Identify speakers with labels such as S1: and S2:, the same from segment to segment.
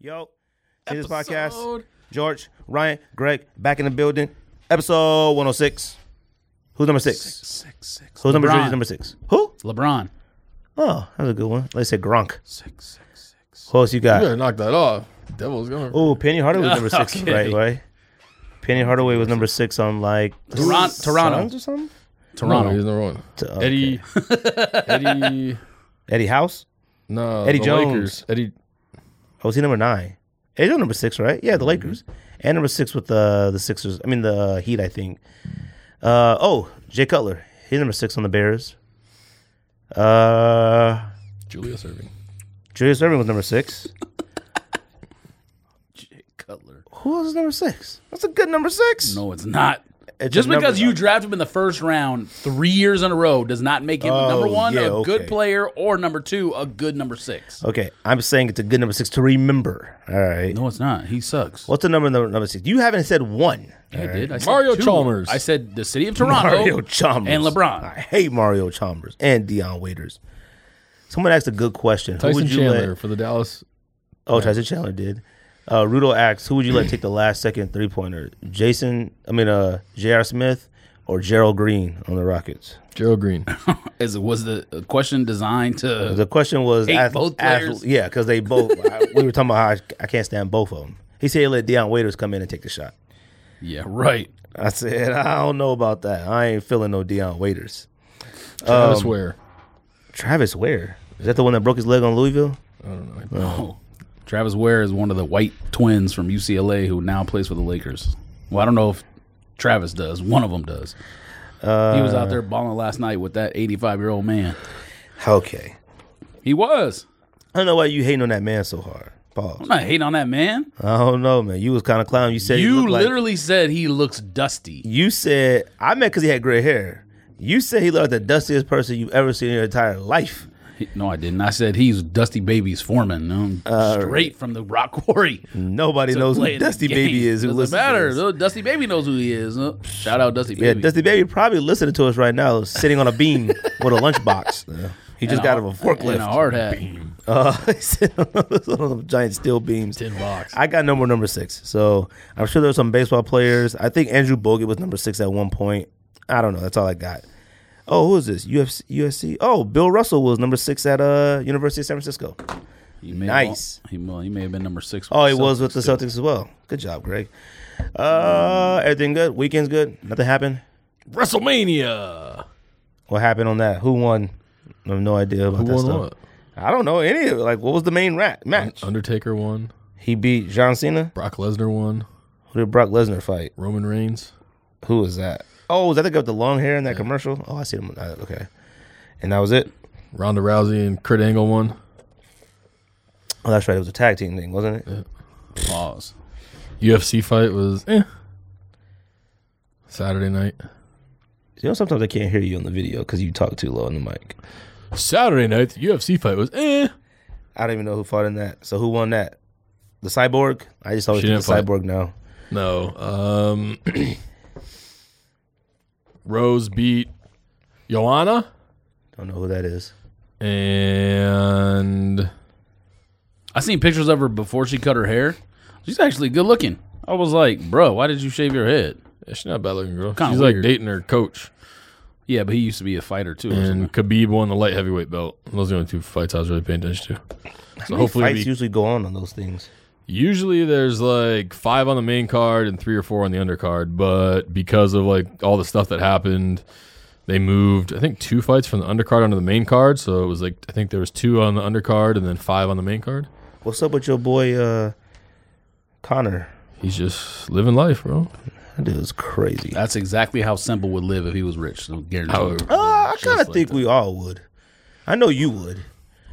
S1: Yo, see this podcast. George, Ryan, Greg, back in the building. Episode 106. Who's number six?
S2: Six, six, six.
S1: Who's number
S2: LeBron.
S1: jersey number six? Who?
S2: LeBron.
S1: Oh, that was a good one. Let's say Gronk.
S2: Six, six, six.
S1: Who else you
S3: You
S1: got?
S3: better knock that off. Devil's going.
S1: Oh, Penny Hardaway was number six,
S2: Okay.
S1: right? Right. Penny Hardaway was number six on like
S2: Toron-
S1: Suns
S2: Toronto.
S1: or something.
S2: Toronto.
S3: No, he's number one.
S1: To- okay.
S3: Eddie. Eddie.
S1: Eddie House.
S3: No.
S1: Eddie
S3: the
S1: Jones.
S3: Lakers. Eddie.
S1: Oh, was he number nine? Eddie Jones number six, right?
S2: Mm-hmm.
S1: Yeah, the Lakers and number six with the the Sixers. I mean the uh, Heat, I think. Uh, oh, Jay Cutler. He's number six on the Bears. Uh,
S3: Julius Irving.
S1: Julius Irving was number six.
S2: Jay Cutler.
S1: Who else is number six? That's a good number six.
S2: No, it's not.
S1: It's
S2: Just
S1: a number
S2: because you
S1: nine.
S2: draft him in the first round three years in a row does not make him number
S1: Oh,
S2: one,
S1: yeah,
S2: a good
S1: okay.
S2: player, or number two, a good number six.
S1: Okay, I'm saying it's a good number six to remember. All right.
S2: No, it's not. He sucks.
S1: What's the number number number six? You haven't said one.
S2: Yeah, I did. I said
S3: Mario
S2: two.
S3: Chalmers.
S2: I said the city of Toronto.
S1: Mario Chalmers
S2: and LeBron.
S1: I hate Mario Chalmers and Deion Waiters. Someone asked a good question. Who
S3: Tyson
S1: would you
S3: Chandler
S1: let?
S3: for the Dallas.
S1: Oh, Tyson Chandler did. Uh, Rudo asks, who would you let take the last second three pointer? Jason, I mean, uh, J.R. Smith or Gerald Green on the Rockets?
S3: Gerald Green.
S2: Is was the uh, question designed to?
S1: The question was,
S2: Hate
S1: ath-
S2: both
S1: ath-
S2: players?
S1: yeah, because they both. I- we were talking about how I, I can't stand both of them. He said he let Deion Waiters come in and take the shot.
S2: Yeah, right.
S1: I said I don't know about that. I ain't feeling no Deion Waiters.
S3: Travis Ware.
S1: Travis Ware is that the one that broke his leg on Louisville?
S3: I don't know.
S2: Oh, Travis Ware is one of the white twins from UCLA who now plays for the Lakers. Well, I don't know if Travis does. One of them does. he was out there
S1: Uh,
S2: balling last night with that 85 year old man.
S1: Okay,
S2: He was.
S1: I don't know why you hating on that man so hard, Paul.
S2: I'm not hating on that man.
S1: I don't know, man. You was kind of clown. You said Oh, he
S2: you
S1: looked like-
S2: literally said he looks dusty.
S1: you said I meant because he had gray hair. You said he looked like the dustiest person you've ever seen in your entire life.
S2: He- No, I didn't. I said he's Dusty Baby's foreman. Um, straight from the rock quarry.
S1: Nobody Uh, knows
S2: Play
S1: who
S2: in the
S1: Dusty
S2: game.
S1: Baby is. Who
S2: Doesn't
S1: listens to
S2: matter.
S1: this.
S2: No, Dusty Baby knows who he is. Uh, Shout out Dusty Baby.
S1: Yeah, Dusty Baby probably listening to us right now, sitting on a beam with a lunchbox. He just
S2: And
S1: got
S2: a-
S1: him a
S2: and a
S1: forklift.
S2: hard hat.
S1: Uh, he's sitting on those little giant steel beams.
S2: Tin box.
S1: I got number number six, so I'm sure there were some baseball players. I think Andrew Bogut was number six at one point. I don't know. That's all I got. Oh, who is this? UFC, USC. Oh, Bill Russell was number six at uh University of San Francisco.
S2: He may
S1: Nice.
S2: Have, he, well, he may have been number six. with
S1: Oh,
S2: the
S1: he was
S2: Celtics,
S1: with the
S2: too.
S1: Celtics as well. Good job, Greg. Uh, everything good. Weekend's good. Nothing happened.
S2: WrestleMania.
S1: What happened on that? Who won? I have no idea about
S3: Who
S1: that
S3: won
S1: stuff.
S3: what?
S1: I don't know any of it. Like, what was the main rat match?
S3: Undertaker won.
S1: He beat John Cena.
S3: Brock Lesnar won.
S1: Who did Brock Lesnar fight?
S3: Roman Reigns.
S1: Who was that? Oh, was that the guy with the long hair in that commercial? Oh, I see him. Uh, Okay, and that was it.
S3: Ronda Rousey and Kurt Angle won.
S1: Oh, that's right. It was a tag team thing, wasn't it?
S2: Pause.
S3: UFC fight was eh. Saturday night.
S1: You know, sometimes I can't hear you on the video because you talk too low on the mic.
S3: Saturday night. The UFC fight was eh.
S1: I don't even know who fought in that. So who won that? The cyborg? I just always
S3: She
S1: think
S3: didn't
S1: the
S3: fight.
S1: cyborg now.
S3: No. Um Rose beat Joanna
S1: Don't know who that is.
S3: and
S2: I seen pictures of her before she cut her hair. She's actually good looking. I was like, bro, why did you shave your head?
S3: yeah, she's not a bad looking girl.
S2: Kinda
S3: she's like
S2: weird.
S3: dating her coach.
S2: Yeah, but he used to be a fighter too. or something.
S3: And Khabib won the light heavyweight belt. Those are the only two fights I was really paying attention to. So hopefully,
S1: fights
S3: we-
S1: usually go on on those things.
S3: usually there's like five on the main card and three or four on the undercard. But because of like all the stuff that happened, they moved. I think two fights from the undercard onto the main card. So it was like I think there was two on the undercard and then five on the main card.
S1: What's up with your boy uh, Connor?
S3: He's just living life, bro.
S1: That dude is crazy.
S3: Uh,
S2: That's exactly how Simple would live if he was rich. So guarantee.
S3: Oh.
S2: you.
S1: Uh, I kind of
S2: like
S1: think we all would. I know you would.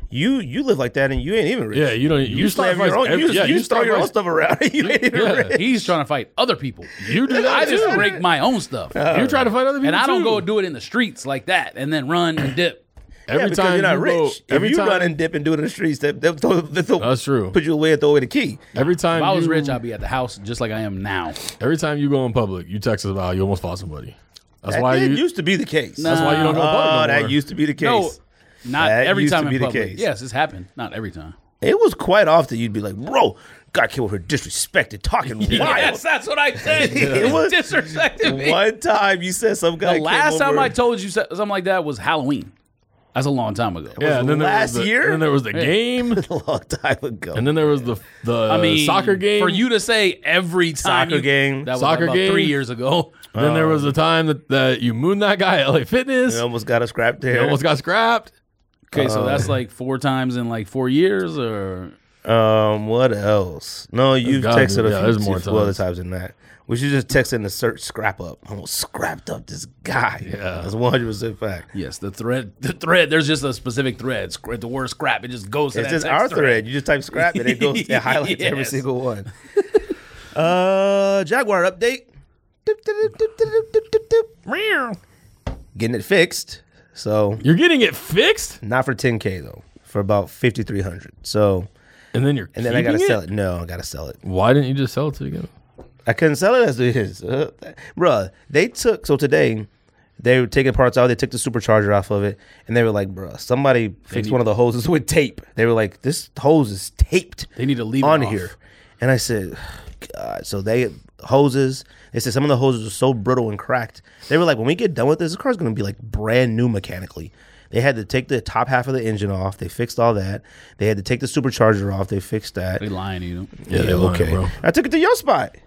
S1: You you live like that and you ain't even rich.
S3: Yeah, you don't. You,
S1: you, just
S3: start
S1: have your
S3: fights
S1: own.
S3: every-
S1: you
S3: yeah,
S1: you, throw
S3: start
S1: your own
S3: fights-
S1: stuff around. you ain't even
S3: yeah.
S1: rich.
S2: He's trying to fight other people.
S3: You do
S2: I
S3: that
S2: just
S3: too.
S2: break my own stuff,
S3: You try to fight other people,
S2: and I don't
S3: too.
S2: go do it in the streets like that, and then run and dip.
S1: Yeah,
S3: every
S1: because
S3: time.
S1: you're not
S3: you
S1: rich.
S3: go- every
S1: if you
S3: time,
S1: run and dip and do it in the streets, they, they, throw- they throw-
S3: That's true.
S1: Put you away and throw away the key.
S3: every time
S2: If I was
S3: you-
S2: rich, I'd be at the house just like I am now.
S3: Every time you go in public, you text us about you almost fought somebody. That's
S1: That
S3: why
S1: did
S3: you.
S1: used to be the case.
S3: that's why you don't go in public
S1: oh,
S3: no
S1: that
S3: more.
S1: used to be the case.
S2: No, not
S1: That
S2: every
S1: used
S2: time
S1: to
S2: in
S1: be the
S2: public.
S1: case.
S2: Yes, it's happened. Not every time.
S1: It was quite often you'd be like, bro, got killed her disrespected, talking
S2: Yes,
S1: wild.
S2: that's what I said.
S1: It was-
S2: disrespected me.
S1: One time you said some guy.
S2: The last
S1: came
S2: time
S1: over-
S2: I told you so- something like that was Halloween. That's a long time ago.
S3: Yeah, and then
S1: last
S3: there was the,
S1: year?
S3: And then there was the game,
S1: a long time ago.
S3: and then there was the the
S2: I mean,
S3: soccer game.
S2: for you to say every
S1: Uh,
S2: time.
S1: Soccer
S2: you-
S1: game.
S2: That was
S3: Soccer
S2: about
S3: game.
S2: three years ago.
S3: Then there was the time that, that you mooned that guy at LA Fitness.
S1: It almost got us scrapped there.
S3: You almost got scrapped.
S2: Okay,
S1: Uh.
S2: so that's like four times in like four years, or
S1: Um, what else? No, you've
S3: gotta
S1: texted
S3: be-
S1: a
S3: yeah,
S1: few,
S3: there's more
S1: a few other
S3: times.
S1: times than that. We should just text in the search scrap up. I almost scrapped up this guy.
S3: Yeah.
S1: that's one hundred percent fact.
S2: yes, the thread. The thread. There's just a specific thread. Scra- The word scrap. It just goes. To
S1: It's
S2: that
S1: just
S2: text
S1: our thread. You just type scrap and it goes. It highlights every
S2: Yes.
S1: single one. uh, Jaguar update. Dip, dip, dip, dip, dip, dip, dip, dip.
S3: Meow.
S1: Getting it fixed. So
S3: You're getting it fixed,
S1: not for ten k though. For about fifty three hundred. So
S3: and then you're
S1: and then I gotta sell it. No, I gotta sell it.
S3: Why didn't you just sell it to again?
S1: I couldn't sell it as it is. Uh, bruh, they took, so today, they were taking parts out. They took the supercharger off of it. And they were like, bruh, somebody fixed one of the hoses with tape. They were like, this hose is taped
S2: They need to leave it
S1: on
S2: off.
S1: here. And I said, God. So they, hoses, they said some of the hoses are so brittle and cracked. They were like, when we get done with this, this car's going to be like brand new mechanically. They had to take the top half of the engine off. They fixed all that. They had to take the supercharger off. They fixed that.
S2: They lying to you.
S3: Yeah, they lying, bro.
S1: I took it to your spot.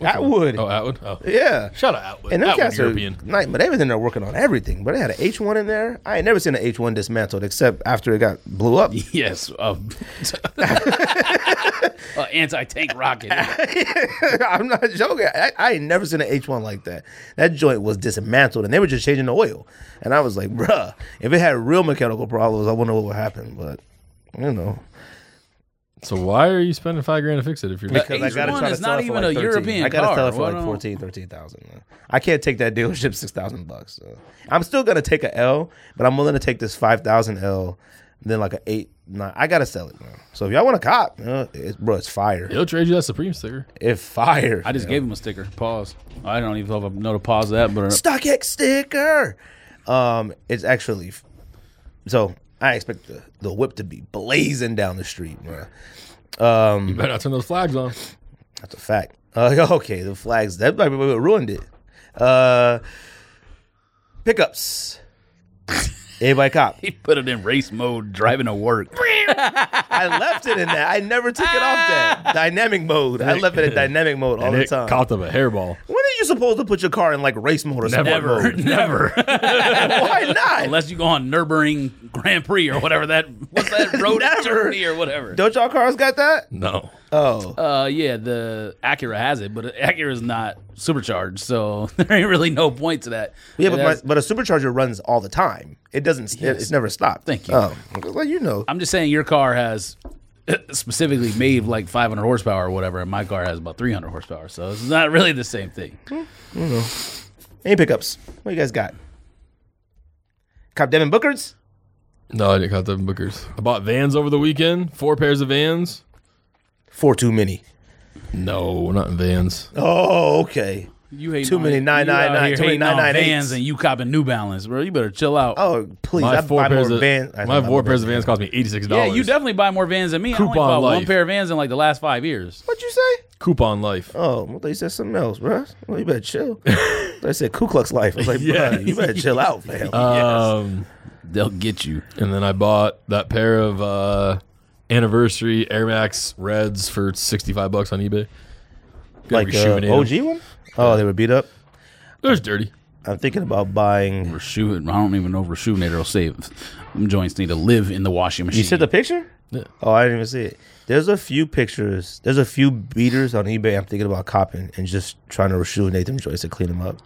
S1: Atwood.
S3: Oh, Atwood. Oh,
S1: Yeah.
S3: shout out Atwood.
S1: And them
S3: Atwood
S1: cats are
S3: European.
S1: night, but they was in there working on everything. But they had an H one in there. I ain't never seen an H one dismantled except after it got blew up.
S2: Yes, uh, uh, anti-tank rocket.
S1: I'm not joking. I, I ain't never seen an H one like that. That joint was dismantled, and they were just changing the oil. And I was like, bruh, if it had real mechanical problems, I wonder what would happen. But you know,
S3: So why are you spending five grand to fix it if you're
S1: because I
S2: H1
S1: gotta try to
S2: is
S1: sell
S2: not
S1: it for
S2: even
S1: like
S2: a
S1: 13.
S2: European
S1: I gotta
S2: car.
S1: sell it for
S2: Why
S1: like
S2: don't-
S1: 14, 13,000. man. I can't take that dealership six thousand bucks. so. I'm still gonna take a L, but I'm willing to take this five thousand L, then like a eight. Nine. I gotta sell it. Man. So if y'all want a cop, you know, it's bro, it's fire.
S3: he'll trade you that Supreme sticker?
S1: It's fire.
S2: I just gave him a sticker. Pause. I don't even know if I know to pause that, but uh,
S1: StockX sticker. Um, it's actually so. I expect the, the whip to be blazing down the street, bro.
S3: You better not turn those flags on.
S1: That's a fact. Uh, okay, the flags. That might be what ruined it. Uh, pickups. Everybody cop.
S2: he put it in race mode, driving to work.
S1: I left it in that. I never took it off that. Dynamic mode. I left it in dynamic mode all
S3: And
S1: the
S3: it
S1: time.
S3: copped up a hairball.
S1: when are you supposed to put your car in like race mode or sport
S2: Never,
S1: mode?
S2: never.
S1: Why not?
S2: Unless you go on Nürburgring Grand Prix or whatever that what's that road in
S1: Never.
S2: Germany or whatever.
S1: Don't y'all cars got that?
S3: No.
S1: Oh.
S2: Uh, yeah, the Acura has it, but Acura is not supercharged, so there ain't really no point to that.
S1: Yeah, but, my,
S2: That's-
S1: but a supercharger runs all the time. It doesn't. it- it's never stopped.
S2: Thank you.
S1: Oh, well, you know.
S2: I'm just saying your car has specifically made like 500 horsepower or whatever, and my car has about 300 horsepower, so it's not really the same thing.
S1: Any pickups? What you guys got? Cop Devin Booker's.
S3: No, I didn't cop them bookers. I bought vans over the weekend. Four pairs of vans.
S1: Four too many.
S3: No, we're not in vans.
S1: Oh, okay.
S2: You hate
S1: Too many nine, nine, nine, too many nine, nine,
S2: vans,
S1: eights.
S2: and you copping New Balance, bro. You better chill out.
S1: Oh, please.
S3: My
S1: I
S3: four
S1: buy
S3: pairs
S1: more
S3: of
S1: Vans. I
S3: my
S1: buy
S3: four
S1: more
S3: pairs of vans cost me eighty six
S2: yeah,
S3: dollars.
S2: you definitely buy more vans than me. I only
S3: Coupon
S2: bought one
S3: life.
S2: pair of vans in like the last five years.
S1: What'd you say?
S3: coupon life.
S1: Oh, I thought you said something else, bro. Well, you better chill. I said Ku Klux life. I was like,
S3: Yeah.
S1: bruh, you better chill out, fam.
S3: Um,
S2: They'll get you.
S3: and then I bought that pair of uh, anniversary Air Max Reds for sixty five bucks on eBay. Good
S1: like uh,
S3: rejuvenator.
S1: OG one? Oh, they were beat up.
S3: There's dirty.
S1: I'm thinking about buying.
S2: We're shooting. I don't even know if we're shooting it or save. Them joints need to live in the washing machine.
S1: You said the picture?
S3: Yeah.
S1: Oh, I didn't even see it. There's a few pictures. There's a few beaters on eBay. I'm thinking about copping and just trying to rejuvenate them joints and clean them up.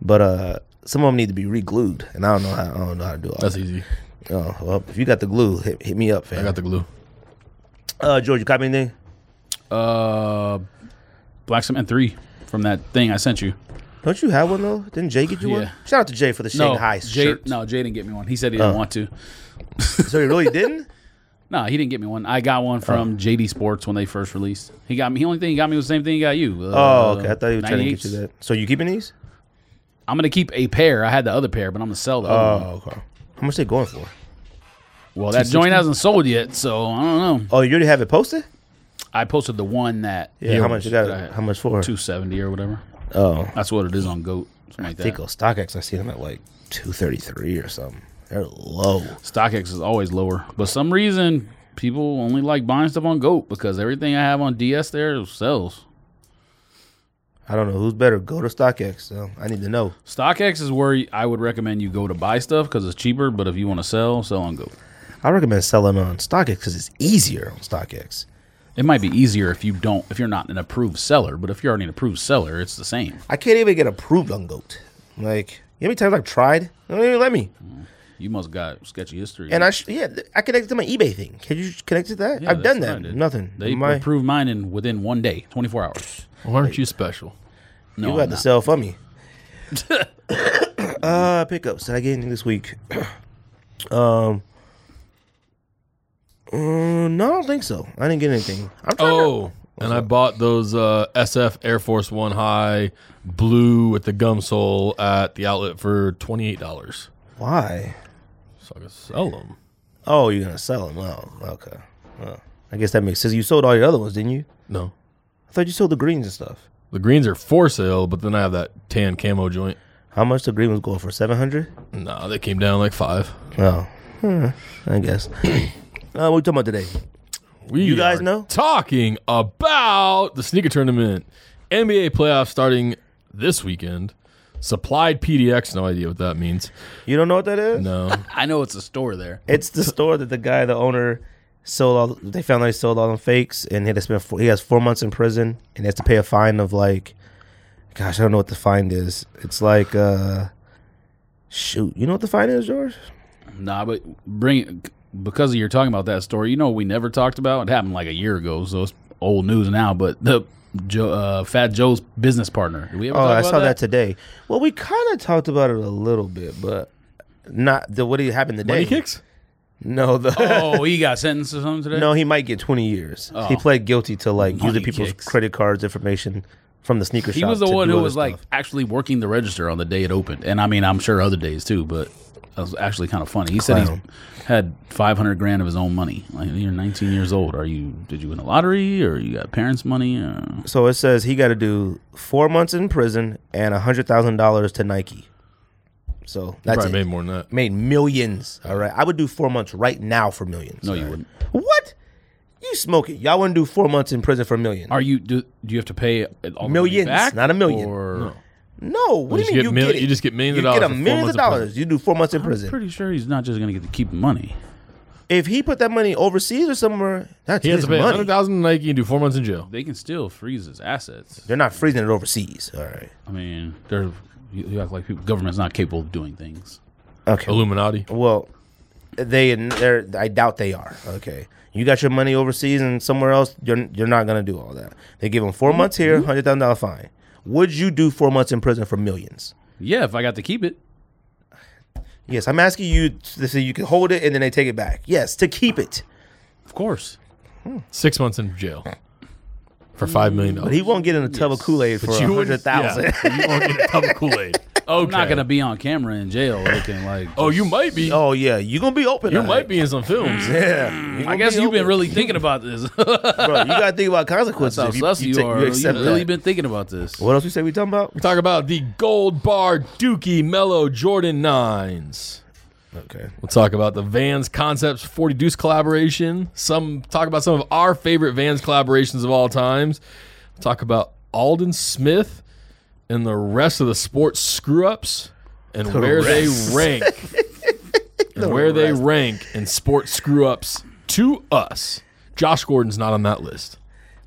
S1: But uh, some of them need to be re-glued, and I don't know how. I don't know how to do all
S3: That's
S1: that.
S3: easy.
S1: Oh, well, if you got the glue, hit, hit me up, fam.
S3: I got the glue.
S1: Uh, George, you copy anything?
S2: uh, Black Cement Three from that thing I sent you.
S1: Don't you have one though? Didn't Jay get you
S2: Yeah.
S1: one? Shout out to Jay for the Shane
S2: no,
S1: High Uh.
S2: Jay,
S1: shirt.
S2: No, Jay didn't get me one. He said he didn't want to.
S1: So he really didn't.
S2: No, he didn't get me one. I got one
S1: Uh.
S2: from JD Sports when they first released. He got me. The only thing he got me was the same thing he got you. Uh,
S1: Oh, okay. I thought he was trying to get
S2: 98s.
S1: you that. So you keeping these? Oh.
S2: I'm gonna keep a pair. I had the other pair, but I'm gonna sell the other one.
S1: okay. How much they going for?
S2: Well, that joint hasn't sold yet, so I don't know.
S1: Oh, you already have it posted?
S2: I posted the one that
S1: Yeah. how much you got? it?
S2: I-
S1: How much for?
S2: two seventy or whatever.
S1: Oh,
S2: That's what it is on Goat. Something like
S1: I think
S2: that.
S1: on StockX I see them at like two thirty three or something. They're low.
S2: StockX is always lower, but some reason people only like buying stuff on Goat because everything I have on DS there sells.
S1: I don't know who's better, Go to StockX. So I need to know.
S2: StockX is where I would recommend you go to buy stuff because it's cheaper. But if you want to sell, sell on Goat.
S1: I recommend selling on StockX because it's easier on StockX.
S2: It might be easier if you don't if you're not an approved seller, but if you're already an approved seller, it's the same.
S1: I can't even get approved on Goat. Like you know how many times I've tried, they don't even let me.
S2: You must got sketchy history.
S1: And I sh- yeah, th- I connected to my eBay thing. Can you connect to that?
S2: Yeah,
S1: I've done
S2: that's
S1: that.
S2: what I did.
S1: Nothing.
S2: They
S1: my, you
S2: approved mine in within one day, twenty four hours.
S3: Why aren't you special?
S2: Oh, No,
S1: got
S2: I'm
S1: to
S2: not.
S1: sell for me. uh, pickups. Did I get anything this week? um. mm, no, I don't think so. I didn't get anything. I'm trying to-
S3: Oh, and I bought those uh, SF Air Force One High blue with the gum sole at the outlet for twenty eight dollars.
S1: why?
S3: So I can sell them.
S1: Oh, you're gonna sell them? Oh, okay. Well, I guess that makes sense. You sold all your other ones, didn't you?
S3: No,
S1: I thought you sold the greens and stuff.
S3: the greens are for sale, but then I have that tan camo joint.
S1: How much the green was going for? Seven hundred?
S3: Nah, they came down like five.
S1: Oh, Hmm, I guess. uh, what we talking about today?
S3: We
S1: You guys
S3: are
S1: know?
S3: talking about the sneaker tournament, NBA playoffs starting this weekend. Supplied PDX, no idea what that means.
S1: You don't know what that is?
S3: No,
S2: I know it's a store there.
S1: It's the store that the guy, the owner, sold all. They found out he sold all them fakes, and he had to spend. Four, he has four months in prison, and he has to pay a fine of like, gosh, I don't know what the fine is. It's like, uh shoot, you know what the fine is, George?
S2: Nah, but bring because you're talking about that story. You know, what we never talked about. It happened like a year ago, so it's old news now. But the Joe, uh, Fat Joe's business partner. Did we ever
S1: Oh,
S2: talk
S1: I
S2: about
S1: saw that? today. Well, we kind of talked about it a little bit, but not the what he happened today.
S3: money kicks.
S1: No, the.
S2: oh, he got sentenced or something today.
S1: No, he might get 20 years. He pled guilty to like using
S2: Money
S1: people's
S2: kicks.
S1: credit cards information from the sneaker
S2: he
S1: shop.
S2: was the
S1: to
S2: one
S1: do
S2: who
S1: other
S2: was like
S1: stuff.
S2: actually working the register on the day it opened, and I mean, I'm sure other days too. But that was actually kind of funny. He said
S1: Clown.
S2: he had 500 grand of his own money. Like you're 19 years old. Are you? Did you win the lottery, or you got parents' money? Or?
S1: So it says he got to do four months in prison and $100,000 to Nike. So that's
S3: Probably
S1: it.
S3: made
S1: Made,
S3: more than that.
S1: millions. All right. I would do four months right now for millions.
S2: No,
S1: all
S2: you
S1: right?
S2: wouldn't.
S1: What? You smoke it. Y'all wouldn't do four months in prison for a million.
S2: Are you? Do, do you have to pay all the money
S1: Millions,
S2: back,
S1: not a million.
S2: Or
S1: No. What
S3: You
S1: do you mean? You,
S3: just get mil-
S1: get it?
S3: you just get millions of
S1: You
S3: dollars
S1: get
S3: for
S1: a
S3: four
S1: million of
S3: months in prison.
S1: dollars. You do four months in prison.
S2: pretty sure he's not just going to get to keep the money.
S1: if he put that money overseas or somewhere, that's
S3: He has
S1: his
S3: to pay
S1: money.
S3: hundred thousand to Nike and do four months in jail.
S2: They can still freeze his assets.
S1: They're not freezing it overseas. All right.
S2: I mean, they're you, you act like people, government's not capable of doing things.
S1: Okay.
S3: Illuminati.
S1: Well, they they're I doubt they are. Okay, you got your money overseas and somewhere else. You're you're not gonna do all that. They give them 4 months here, hundred thousand dollar fine. Would you do four months in prison for millions?
S2: Yeah, if I got to keep it,
S1: Yes, I'm asking you to say you can hold it and then they take it back. Yes, to keep it.
S2: of course.
S3: Six months in jail for five million
S1: But
S3: dollars.
S1: he won't get in a tub of Kool Aid for a hundred thousand.
S3: you won't get a tub of Kool Aid. Okay.
S2: I'm not going to be on camera in jail looking like.
S3: Oh, you might be.
S1: oh yeah, you gonna be open.
S3: you
S1: all
S3: might
S1: right.
S3: be in some films.
S1: Yeah, You
S2: I
S1: gonna
S2: guess
S1: be
S2: you've been
S1: open.
S2: really thinking about this. That's
S1: Bro, you gotta think about consequences.
S2: how
S1: if
S2: sus you,
S1: take-
S2: are. You've
S1: accept
S2: really
S1: that.
S2: been thinking about this.
S1: What else we say we talking about?
S3: Talk about the gold bar Dookie Mellow Jordan Nines.
S1: Okay.
S3: We'll talk about the Vans Concepts 40 Deuce collaboration. Some talk about some of our favorite Vans collaborations of all times. Talk about Alden Smith and the rest of the sports screw ups and where
S1: rest.
S3: they rank. and where they rank in sports screw ups to us. Josh Gordon's not on that list.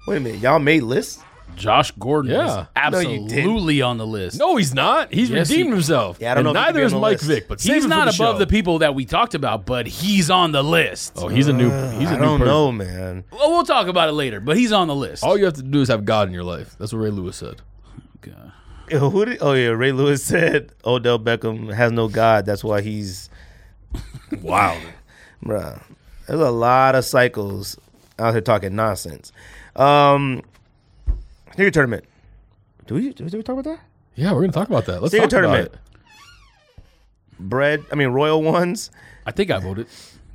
S1: Wait a minute, y'all made lists.
S2: Josh Gordon
S3: Yeah.
S2: is
S1: No, you didn't.
S2: absolutely on the list.
S3: No, he's not. He's
S2: Yes,
S3: redeemed
S2: he-
S3: himself.
S1: Yeah, I don't
S3: and
S1: know if he could
S3: neither
S1: be
S3: is
S1: on the
S3: Mike
S1: list.
S3: Vick, but save it
S2: he's
S3: for
S2: not above
S3: show.
S2: the people that we talked about, but he's on the list.
S3: Oh, he's a new. He's a
S1: Uh, I
S3: new
S1: don't
S3: person.
S1: know, man.
S2: Well, we'll talk about it later, but he's on the list.
S1: Oh,
S3: All you have to do is have God in your life. That's what Ray Lewis said.
S2: God.
S1: Yo, who did, oh yeah, Ray Lewis said Odell Beckham has no God. That's why he's
S3: Wow.
S1: bruh. There's a lot of cycles out here talking nonsense. Um Sneaker tournament. Do we did we talk about that?
S3: Yeah, we're gonna talk about that. Let's
S1: Sneaker
S3: talk about
S1: tournament.
S3: it.
S1: Bread. I mean Royal ones.
S2: I think I voted.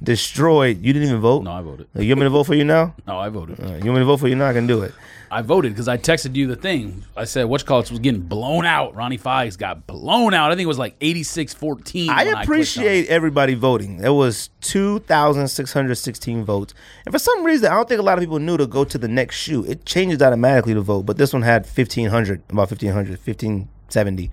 S1: destroyed. You didn't even vote.
S2: No, I voted.
S1: You want me to vote for you now?
S2: No, I voted.
S1: All right, You want me to vote for you now? I can do it.
S2: I voted because I texted you the thing. I said, what's called was getting blown out. Ronnie Fies got blown out. I think it was like 86 14.
S1: I appreciate everybody voting. There was 2,616 votes. And for some reason, I don't think a lot of people knew to go to the next shoe. It changes automatically to vote, but this one had 1,500, about 1,500, 1,570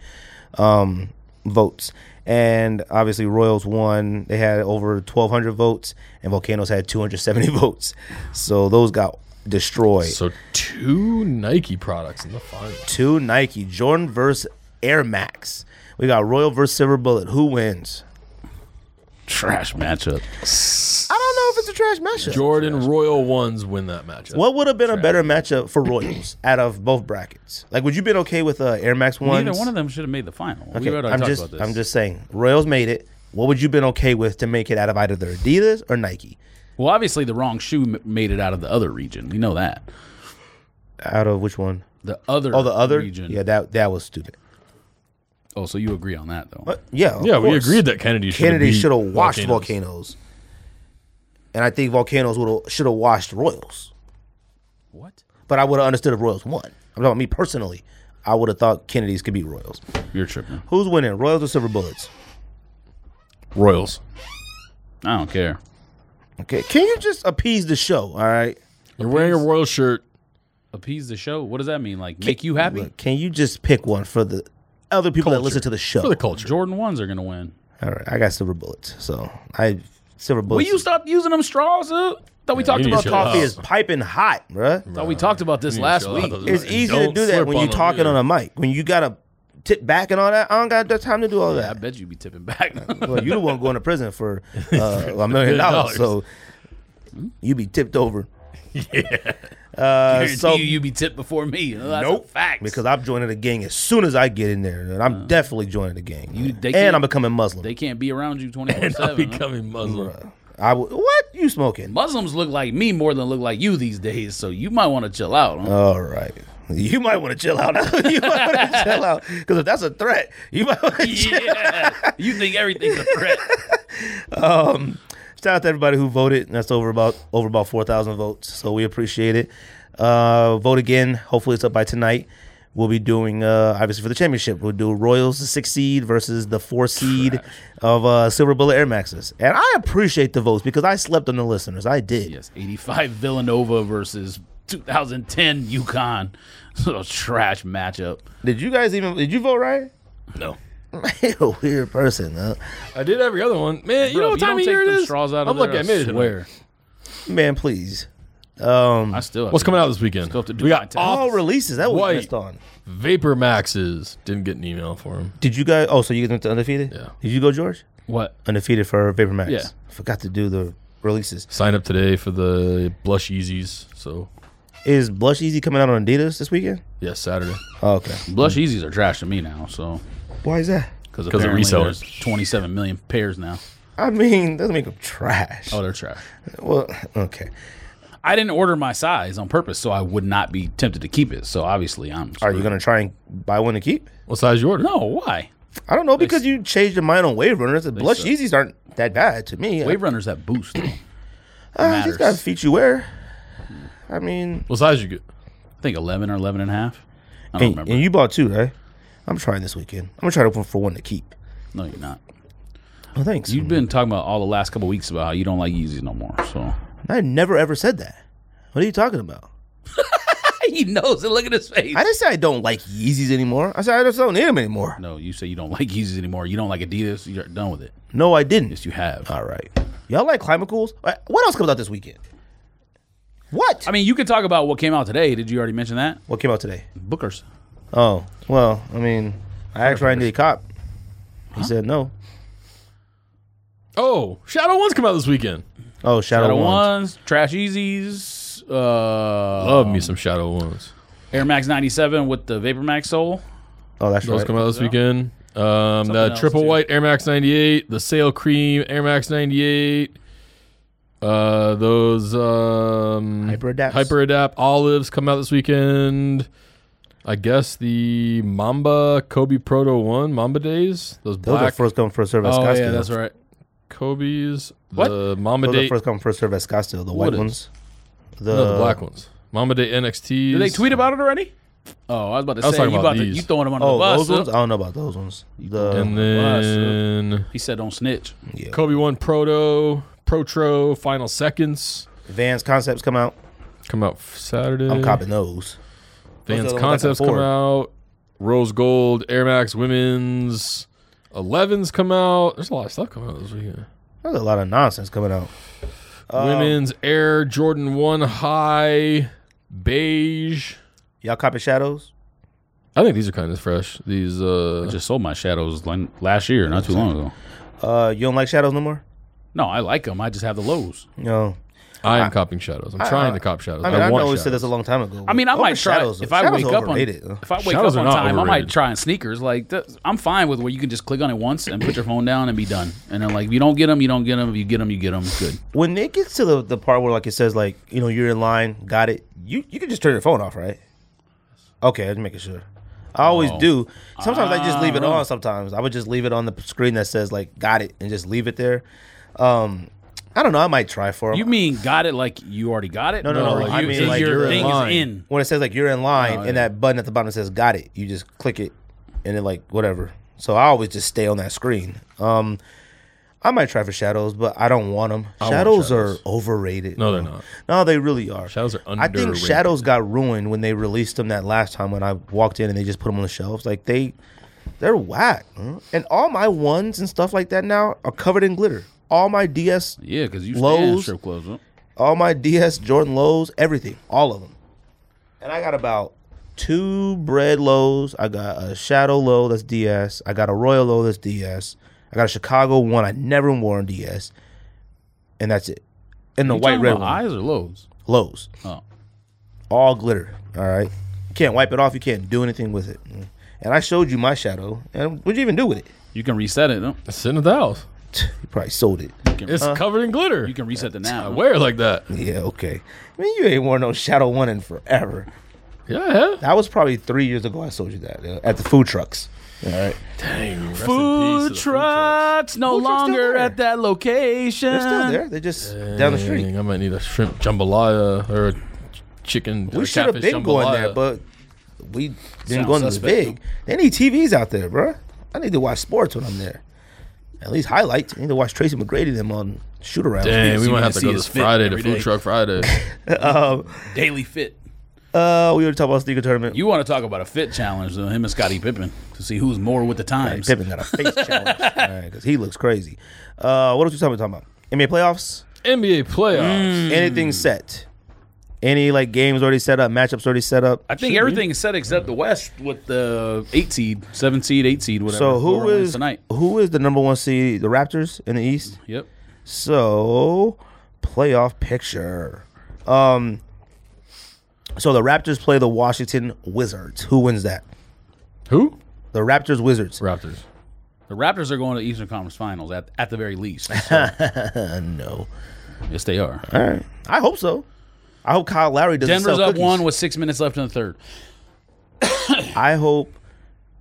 S1: um, votes. And obviously, Royals won. They had over 1,200 votes, and Volcanoes had 270 votes. So those got destroyed.
S3: So two Nike products in the finals.
S1: Two Nike, Jordan versus Air Max. We got Royal versus Silver Bullet. Who wins?
S2: Trash matchup.
S1: I don't know if it's a trash matchup.
S3: Jordan Royal ones win that matchup.
S1: What would have been a better matchup for Royals out of both brackets? Like, would you been okay with uh, Air Max one?
S2: Neither one of them should have made the final.
S1: Okay,
S2: we already
S1: I'm
S2: talked
S1: just,
S2: about this.
S1: I'm just saying, Royals made it. What would you been okay with to make it out of either their Adidas or Nike?
S2: well, obviously, the wrong shoe m- made it out of the other region. We know that.
S1: Out of which one?
S2: The other
S1: Oh, the other.
S2: region.
S1: Yeah, that that was stupid.
S2: Oh, so you agree on that, though.
S1: But yeah, of
S3: Yeah, we
S1: course.
S3: agreed that Kennedy should
S1: Kennedy should have washed volcanoes. and I think volcanoes would should have washed Royals.
S2: What?
S1: But I would have understood if Royals won. I'm talking about me personally. I would have thought Kennedy's could be Royals.
S2: You're tripping.
S1: Who's winning, Royals or Silver Bullets?
S3: Royals.
S2: I don't care.
S1: Okay, can you just appease the show? All right,
S3: You're wearing a Royal shirt.
S2: Appease the show. What does that mean? Like, make you happy?
S1: Look, can you just pick one for the other people that listen to the show?
S3: for the culture.
S2: Jordan ones are going to win.
S1: all right, I got Silver Bullets, so I Silver
S2: Will
S1: Bullets.
S2: you stop using them straws, dude? Thought we talked
S3: you
S2: about
S3: should-
S1: coffee
S3: Oh.
S1: is piping hot, bruh.
S2: thought we talked about this
S3: You
S2: last
S3: chill out.
S2: week.
S3: Those are-
S1: It's
S3: And
S1: easy to
S3: don't
S1: do that
S3: slip
S1: when you're
S3: on 'em
S1: talking
S3: either.
S1: on a mic. When you gotta tip back and all that, I don't got the time to do all
S2: I
S1: that.
S2: bet you be tipping back.
S1: Well, you the one going to prison for uh, a million dollars, so you be tipped over. Yeah. Uh,
S2: Guarantee
S1: so
S2: you, you be tipped before me. Oh, That's
S1: Nope.
S2: a fact.
S1: because I'm joining the gang as soon as I get in there, and I'm definitely joining the gang.
S2: You- they
S1: and
S2: can't-
S1: I'm becoming Muslim.
S2: they can't be around you twenty four
S3: And I'm
S2: seven.
S3: becoming Muslim.
S1: I w- what you smoking?
S2: Muslims look like me more than look like you these days, so you might want to chill out. huh?
S1: All right. You might want to chill out. you might want to chill out because if that's a threat, you might want to chill.
S2: yeah, you think everything's a threat?
S1: Shout out to everybody who voted. That's over about over about four thousand votes, so we appreciate it. Uh, vote again. Hopefully, it's up by tonight. We'll be doing uh, obviously for the championship. We'll do Royals the six seed versus the four seed of uh, Silver Bullet Air Maxes. And I appreciate the votes because I slept on the listeners. I did.
S2: yes, eighty five Villanova versus two thousand ten UConn. So trash matchup.
S1: Did you guys even? Did you vote right?
S2: No.
S1: You're a weird person. Huh?
S3: I did every other one. Man, you
S2: Bro,
S3: know
S2: if
S3: what time
S2: don't
S3: of
S2: take
S3: year it
S2: them
S3: is?
S2: Straws out of
S3: I'm
S2: there,
S3: looking at
S2: I
S3: midget.
S2: swear.
S1: Man, please. Um,
S2: I still. have
S3: What's
S2: to-
S3: coming out this weekend?
S2: have to do
S3: we
S2: my
S3: got
S2: taxes.
S1: all
S3: all
S1: releases that was
S3: White.
S1: missed on.
S3: Vapor Maxes. Didn't get an email for him.
S1: Did you guys? Oh, so you guys went to undefeated?
S3: Yeah.
S1: Did you go, George?
S2: What?
S1: Undefeated for Vapor Max.
S2: Yeah.
S1: Forgot to do the releases.
S3: Sign up today for the Blush Easies. So,
S1: Is Blush Easy coming out on Adidas this weekend?
S3: yeah, Saturday.
S1: Oh, okay.
S2: Blush Easies are trash to me now. So
S1: Why is that?
S2: because
S3: 'Cause of resellers.
S2: twenty seven million pairs now.
S1: I mean, doesn't make them trash.
S2: Oh, they're trash.
S1: Well, okay.
S2: I didn't order my size on purpose, so I would not be tempted to keep it. So obviously, I'm.
S1: Are you gonna try and buy one to keep?
S3: What size you order?
S2: No, why?
S1: I don't know because you changed your mind on Wave Runners. The Blush
S2: suck.
S1: Yeezys aren't that bad to me.
S2: Wave runners that boost. though.
S1: uh, she's got
S2: matters.
S1: feet you wear. I mean,
S3: What size you get?
S2: I think eleven or eleven and a half. I don't
S1: and,
S2: remember.
S1: and you bought two, right? I'm trying this weekend. I'm gonna try to open for one to keep.
S2: no, you're not.
S1: Oh, thanks.
S2: You've been talking about all the last couple weeks about how you don't like Yeezys no more. So
S1: I never ever said that. What are you talking about?
S2: he knows it. Look at his face.
S1: I didn't say I don't like Yeezys anymore. I said I just don't need them anymore.
S2: no, you say you don't like Yeezys anymore. You don't like Adidas. You're done with it.
S1: No, I didn't.
S2: Yes, you have.
S1: All right. Y'all like climate cools? All right, What else comes out this weekend? What?
S2: I mean, you could talk about what came out today. Did you already mention that?
S1: what came out today?
S2: Bookers.
S1: Oh, well, I mean, I asked Ryan did he cop. He said no.
S3: Oh, Shadow Ones come out this weekend.
S1: Oh, Shadow,
S2: Shadow
S1: One.
S2: ones, trash Yeezys. Uh,
S3: Love me some Shadow Ones.
S2: Air Max 97 with the Vapor Max sole.
S1: Oh, that's
S3: Those
S1: right.
S3: come out this weekend. Um, the
S2: else,
S3: triple
S2: too.
S3: white Air Max 98, the Sail Cream Air Max 98, uh, those um,
S1: Hyper Adapts.
S3: Hyper Adapt Olives come out this weekend. I guess the Mamba Kobe Proto 1, Mamba Days. Those
S1: Those
S3: black.
S1: are first come, first serve. at
S3: oh, yeah,
S1: Scottsdale.
S3: that's right. Kobe's.
S2: What?
S3: The Mama
S1: Those are
S3: Date.
S1: first come first serve at Scottsdale. The white
S2: What is-
S1: ones.
S3: no, the black ones. Mama Date NXTs.
S2: Did they tweet about it already? Oh, I was about to
S3: I was
S2: say
S3: talking
S2: you
S3: about
S2: about to,
S3: these.
S2: you throwing them under
S1: Oh,
S2: the bus.
S1: those ones.
S2: huh?
S1: I don't know about those ones. The
S3: And then
S2: He said don't snitch.
S1: yeah.
S3: Kobe one proto, protro, final seconds
S1: Vans concepts come out.
S3: come out f- Saturday.
S1: I'm copping those. Those are
S3: Vans
S1: the ones I can
S3: concepts come
S1: afford.
S3: out. Rose gold, Air Max women's, 11s come out. There's a lot of stuff coming out this weekend.
S1: There's a lot of nonsense coming out. Um,
S3: women's Air Jordan one high, beige.
S1: Y'all copy shadows?
S3: I think these are kind of fresh. These
S2: I
S3: uh,
S2: just sold my shadows lin- last year, not too long ago.
S1: Uh, you don't like shadows no more?
S2: No, I like them. I just have the lows.
S1: No.
S3: I am copying shadows. I'm trying to cop shadows.
S1: I mean, I,
S3: want
S1: know we
S3: shadows.
S1: said this a long time ago.
S2: I mean, I
S1: Over
S2: might try
S1: shadows,
S2: if
S1: though.
S2: I
S1: Shadows
S2: wake
S1: are
S2: up on
S1: overrated, though.
S2: if I wake up
S3: Shadows are
S2: on
S3: not
S2: time, I might
S3: overrated.
S2: try on sneakers. Like th- I'm fine with where you can just click on it once and put your phone down and be done. And then like if you don't get them, you don't get them. If you get them, you get them. Good.
S1: when it gets to the, the part where like it says like you know you're in line, got it. You you can just turn your phone off, right? Okay, I'm just making sure. I always
S2: Oh.
S1: do. Sometimes I just leave
S2: Ah.
S1: it on. Sometimes I would just leave it on the screen that says like got it and just leave it there. Um, I don't know. I might try for 'em.
S2: You mean got it? Like you already got it?
S1: no,
S3: no,
S2: You,
S3: I mean, like,
S2: your
S3: you're in
S2: thing
S3: line.
S2: is in.
S1: when it says like you're in line
S2: Oh,
S1: and
S2: yeah.
S1: that button at the bottom says got it, you just click it and then like whatever. So I always just stay on that screen. Um, I might try for shadows, but I don't want them.
S3: want
S1: Shadows,
S3: shadows.
S1: are overrated.
S3: No, they're
S1: bro.
S3: not.
S1: No, they really are.
S3: Shadows are
S1: I think
S3: underrated.
S1: shadows got ruined when they released them that last time when I walked in and they just put them on the shelves. Like they, they're whack. huh? And all my ones and stuff like that now are covered in glitter. All my DS
S2: Yeah, because you
S1: Lows.
S2: stand strip clubs. Huh?
S1: all my DS, Jordan Lows, everything, all of them. And I got about two bread lows. I got a shadow low that's DS. I got a royal low that's DS. I got a Chicago one I never wore on DS, and that's it. And the
S2: You
S1: white
S2: talking
S1: red
S2: about
S1: one,
S2: eyes or lows?
S1: lows,
S2: Oh,
S1: all glitter. All right, you can't wipe it off. You can't do anything with it. And I showed you my shadow. And what'd you even do with it?
S2: you can reset it. Huh?
S3: It's sitting at the house.
S1: You probably sold it.
S3: It's covered in glitter.
S2: You can reset the
S3: I
S2: now.
S3: wear it like that.
S1: Yeah, okay. I mean, you ain't worn no shadow one in forever.
S3: Yeah, I have.
S1: That was probably three years ago. I sold you that uh, at the food trucks. All right,
S3: Dang. Food,
S1: Food
S2: Food trucks no
S1: truck's still
S2: longer
S1: there.
S2: at that location.
S1: they're still there. They're just down the street.
S3: Dang, I might need a shrimp jambalaya or a ch- chicken. or
S1: We should have
S3: catfish
S1: been going
S3: jambalaya.
S1: there, but we didn't
S2: Sounds
S1: go in this big.
S2: suspect.
S1: They need TVs out there, bro. I need to watch sports when I'm there. At least highlights. I need to watch Tracy McGrady them on shoot around.
S3: Dang, we
S2: You
S3: might
S2: wanna
S3: have to
S2: see
S3: go
S2: his
S3: this
S2: fit
S3: Friday to
S2: every
S3: Food
S2: day.
S3: Truck Friday.
S2: Daily fit.
S1: Uh, we were talking about sneaker tournament.
S2: You want to talk about a fit challenge, though, him and Scottie Pippen, to see who's more with the
S1: Hey,
S2: times.
S1: Pippen got a face challenge because he looks crazy. Uh, what else you talking talking about? NBA playoffs?
S3: NBA playoffs.
S2: Mm. Hmm.
S1: Anything set? Any like games already set up? Matchups already set up?
S2: I think everything is set except the West with the eight seed, seven seed, eight seed, whatever.
S1: So who
S2: Whoever wins
S1: is
S2: tonight?
S1: who is the number one seed? The Raptors in the East.
S2: Yep.
S1: So playoff picture. Um. So the Raptors play the Washington Wizards. Who wins that?
S3: Who?
S1: The Raptors Wizards.
S3: Raptors.
S2: The Raptors are going to the Eastern Conference Finals at, at the very least. So,
S1: Uh, no.
S2: yes, they are.
S1: All right. I hope so. I hope Kyle Lowry doesn't.
S2: Denver's
S1: sell
S2: up
S1: cookies.
S2: one with six minutes left in the third.
S1: I hope.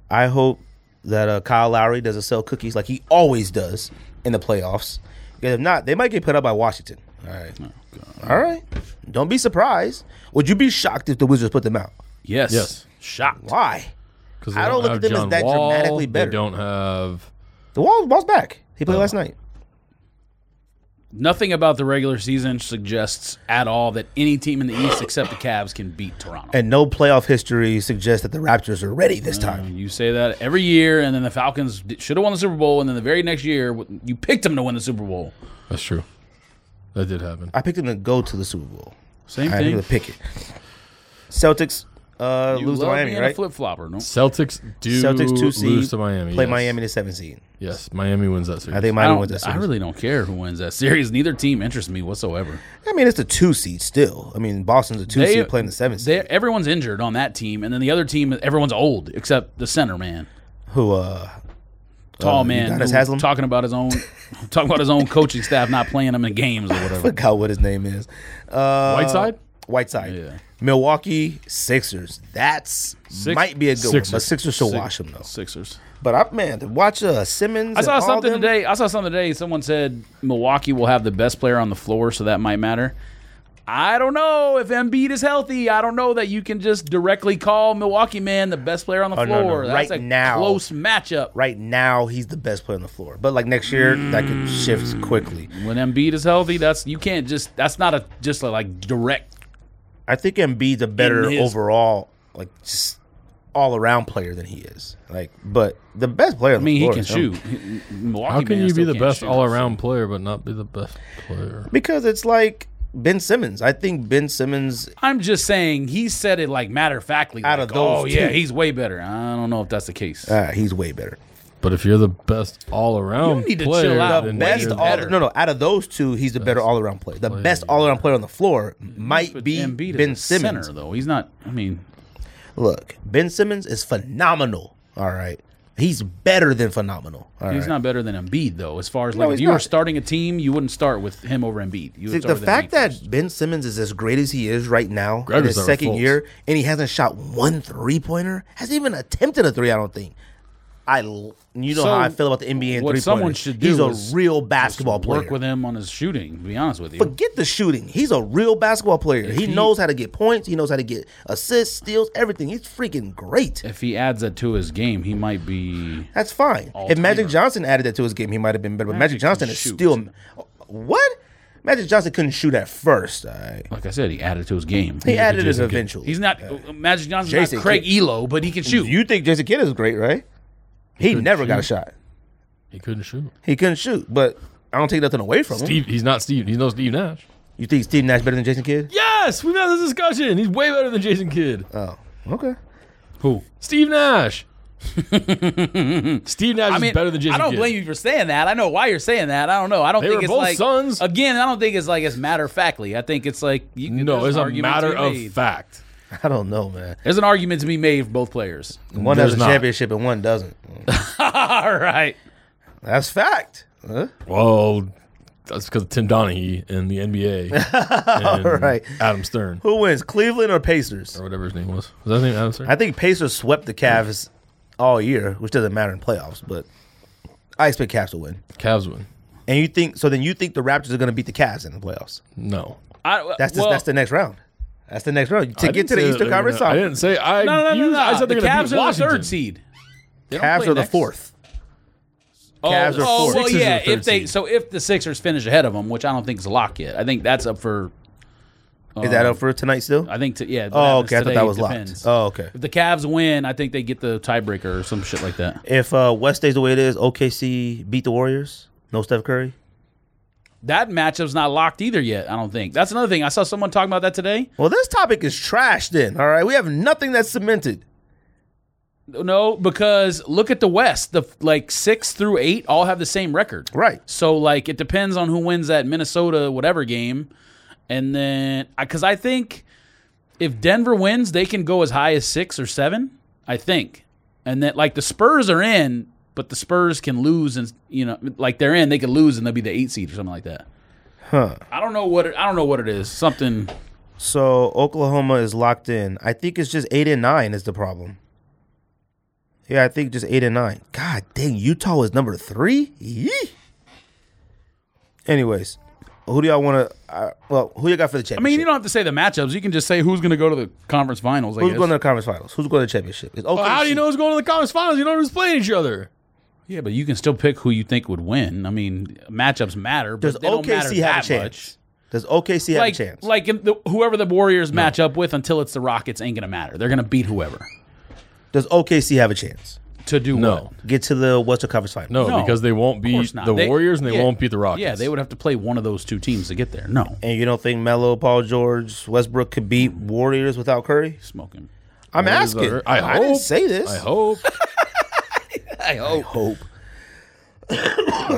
S1: I hope that uh, Kyle Lowry doesn't sell cookies like he always does in the playoffs. Because if not, they might get put up by Washington. All right.
S2: Oh,
S1: All right. Don't be surprised. Would you be shocked if the Wizards put them out?
S2: Yes.
S3: Yes.
S2: Shocked.
S1: Why?
S3: Because
S1: I don't look at them as that dramatically better.
S3: They don't have.
S1: The wall, wall's back. He
S2: Oh.
S1: played last night.
S2: Nothing about the regular season suggests at all that any team in the East except the Cavs can beat Toronto.
S1: And no playoff history suggests that the Raptors are ready this time.
S2: You say that every year, and then the Falcons should have won the Super Bowl, and then the very next year, w- you picked them to win the Super Bowl.
S3: That's true. That did happen.
S1: I picked them to go to the Super Bowl.
S2: Same
S1: I picked
S2: thing.
S1: them to pick it. Celtics uh,
S2: You
S1: lose to
S2: love
S1: Miami,
S2: being a
S1: right?
S2: flip flopper. No,
S3: Celtics do
S1: Celtics two seed
S3: lose to Miami.
S1: Play
S3: yes.
S1: Miami to seven seed.
S3: Yes, Miami wins that series.
S1: I think
S2: I,
S1: Miami wins that
S2: don't, I
S1: series.
S2: really don't care who wins that series. Neither team interests me whatsoever.
S1: I mean, it's the two seed still. I mean, Boston's a two
S2: They-
S1: seed playing the seven
S2: They,
S1: seed.
S2: everyone's injured on that team, and then the other team, everyone's old except the center man,
S1: Who? uh
S2: tall
S1: Uh,
S2: man,
S1: Udonis
S2: who-
S1: Haslam?
S2: talking about his own, talking about his own coaching staff not playing him in games or whatever.
S1: Forgot what his name is. Uh,
S3: Whiteside?
S1: Whiteside.
S2: Yeah.
S1: Milwaukee Sixers. That's
S3: Six-
S1: might be a good
S3: Sixers.
S1: one, but Sixers should wash them though.
S2: Sixers.
S1: But I man, to watch uh, Simmons.
S2: I saw
S1: and all
S2: something
S1: them-
S2: today. I saw something today. Someone said Milwaukee will have the best player on the floor, so that might matter. I don't know if Embiid is healthy. I don't know that you can just directly call Milwaukee man the best player on the
S1: Oh, no,
S2: floor.
S1: no.
S2: That's
S1: Right
S2: a
S1: now.
S2: close matchup.
S1: Right now, he's the best player on the floor. But like next year, that could shift quickly.
S2: When Embiid is healthy, that's you can't just. That's not a just a, like direct.
S1: I think Embiid's a better
S2: In his-
S1: overall, like just all around player than he is. Like, but the best player.
S2: I mean, he can shoot. He- Milwaukee
S3: How can
S2: man
S3: you be
S2: still
S3: the
S2: can't
S3: best
S2: shoot.
S3: all around player but not be the best player?
S1: because it's like Ben Simmons. I think Ben Simmons.
S2: I'm just saying he said it like matter of factly.
S1: Out
S2: like,
S1: of those
S2: oh yeah,
S1: two.
S2: he's way better. I don't know if that's the case.
S1: Uh, he's way better.
S3: But if you're the best all around
S2: You need to
S3: player,
S2: chill out.
S3: then
S2: Way
S1: Best
S3: you're
S1: all
S3: the-
S2: better.
S1: no no out of those two he's the better all around player the best all around player on the floor might
S2: But
S1: be
S2: Embiid is
S1: Ben
S2: a
S1: Simmons
S2: center, though. He's not. I mean,
S1: look Ben Simmons is phenomenal all right he's better than phenomenal all
S2: He's
S1: right.
S2: not better than Embiid though. As far as
S1: No,
S2: like, if
S1: he's
S2: you were
S1: not.
S2: starting a team, you wouldn't start with him over Embiid. You would
S1: The,
S2: start
S1: the
S2: with
S1: fact
S2: Embiid
S1: that
S2: first.
S1: Ben Simmons is as great as he is right now in
S3: Gregor's
S1: his
S3: never
S1: second
S3: folds.
S1: year, and he hasn't shot one three pointer, hasn't even attempted a three. I don't think. I l- you know
S2: So,
S1: how I feel about the NBA.
S2: what
S1: three
S2: someone should do
S1: He's
S2: is
S1: a real basketball player.
S2: work with him on his shooting. To be honest with you,
S1: Forget the shooting. He's a real basketball player. He,
S2: he-
S1: knows how to get points. He knows how to get assists, steals, everything. He's freaking great.
S2: if he adds that to his game, he might be.
S1: That's fine. if Magic
S2: All-timer.
S1: Johnson added that to his game, he might have been better. But Magic
S2: Magic can
S1: Johnson is
S2: shoot.
S1: still what? Magic Johnson couldn't shoot at first. All right.
S2: Like I said, he added to his game.
S1: He added it
S2: just-
S1: eventually.
S2: He's not Magic Johnson's
S1: Jason
S2: not Craig Elo, but he can shoot.
S1: You think Jason Kidd is great, right? He, never got a shot.
S3: He couldn't shoot.
S1: He couldn't shoot, but I don't take nothing away from him.
S3: Steve, he's not Steve. He's no Steve Nash.
S1: You think Steve Nash better than Jason Kidd?
S3: Yes, we've had this discussion. He's way better than Jason Kidd.
S2: Uh.
S1: Oh, okay.
S2: Who?
S3: Steve Nash. Steve Nash
S2: I
S3: is
S2: mean,
S3: better than Jason.
S2: I don't
S3: Kidd.
S2: blame you for saying that. I know why you're saying that. I don't know. I don't
S3: They
S2: think
S3: were
S2: it's
S3: both
S2: like
S3: sons.
S2: again. I don't think it's like it's matter of factly. I think it's like you,
S3: No,
S2: there's
S3: it's
S2: an
S3: a
S2: argument to
S3: matter
S2: be
S3: of
S2: made.
S3: fact.
S1: I don't know, man.
S2: There's an argument to be made for both players.
S1: One
S3: There's
S1: has a
S3: not.
S1: championship and one doesn't.
S2: All right.
S1: That's fact.
S2: Mm-hmm.
S1: Huh?
S3: Well, that's because of Tim Donaghy in the NBA. and
S1: right.
S3: Adam Stern
S1: Who wins, Cleveland or Pacers?
S3: or whatever his name was. Was that his name Adam Stern?
S1: I think Pacers swept the Cavs all year, which doesn't matter in playoffs, but I expect Cavs to win.
S3: Cavs win.
S1: And you think so? Then you think the Raptors are going to beat the Cavs in the playoffs?
S3: No.
S2: I,
S1: That's the,
S2: well,
S1: that's the next round. That's the next round to
S3: I
S1: get
S3: didn't
S1: to
S3: say
S1: the
S3: that
S1: Eastern
S3: they're
S1: Conference.
S3: gonna- I
S1: Final.
S3: didn't say I.
S2: no, no, no,
S3: you-
S2: no.
S3: I said
S2: the
S3: they're gonna
S2: Cavs
S3: beat
S2: are
S3: Washington.
S2: the third seed. They don't
S1: Cavs
S2: play
S1: are the
S2: next.
S1: fourth.
S2: Oh,
S1: Cavs are fourth.
S2: oh, well,
S3: Sixers are
S2: yeah.
S3: the third
S2: if they
S3: seed.
S2: so if the Sixers finish ahead of them, which I don't think is a lock yet. I think that's up for. um,
S1: Is that
S3: um,
S1: up for tonight still?
S2: I think to, yeah. what
S1: Oh,
S2: happens
S1: okay. I thought
S2: today
S1: that was
S2: depends.
S1: locked. Oh, okay.
S2: If the Cavs win, I think they get the tiebreaker or some shit like that.
S1: If uh, West stays the way it is, OKC beat the Warriors. No Steph Curry.
S2: That matchup's not locked either yet. I don't think. That's another thing. I saw someone talking about that today.
S1: Well, this topic is trash. Then, all right, we have nothing that's cemented.
S2: No, because look at the West. The like six through eight all have the same record.
S1: Right.
S2: So like it depends on who wins that Minnesota whatever game, and then because I think if Denver wins, they can go as high as six or seven. I think, and that like the Spurs are in, but the Spurs can lose and you know like they're in, they could lose and they'll be the eight seed or something like that.
S1: Huh.
S2: I don't know what it, I don't know what it is. Something.
S1: So Oklahoma is locked in. I think it's just eight and nine is the problem. Yeah, I think just eight and nine. God dang, Utah is number three. Yee. Anyways, who do y'all want to? Uh, well, who you got for the
S2: I
S1: championship?
S2: mean, you don't have to say the matchups. You can just say who's going to go to the conference finals. I
S1: who's
S2: guess.
S1: going to the conference finals? Who's going to the championship? It's
S3: Well, how do you
S1: OKC.
S3: know who's going to the conference finals? You don't know who's playing each other.
S2: Yeah, but you can still pick who you think would win. I mean, matchups matter, but
S1: Does
S2: they don't matter
S1: OKC have a
S2: that
S1: chance?
S2: much.
S1: Does OKC have
S2: like,
S1: a chance?
S2: Like in the, whoever the Warriors match up with until it's the Rockets ain't gonna matter. They're gonna beat whoever
S1: Does OKC have a chance?
S2: to do
S3: No.
S1: Get to the Western Conference Finals.
S3: No,
S2: No.
S3: because they won't beat
S2: what.
S3: the Warriors and they won't beat the Rockets.
S2: Yeah, they would have to play one of those two teams to get there. No,
S1: And you don't think Melo, Paul George, Westbrook could beat Warriors without Curry?
S2: smoking.
S1: I'm
S3: Warriors
S1: asking.
S3: are- I
S1: didn't
S3: hope.
S1: say this.
S3: I hope.
S2: Oh.
S1: I hope.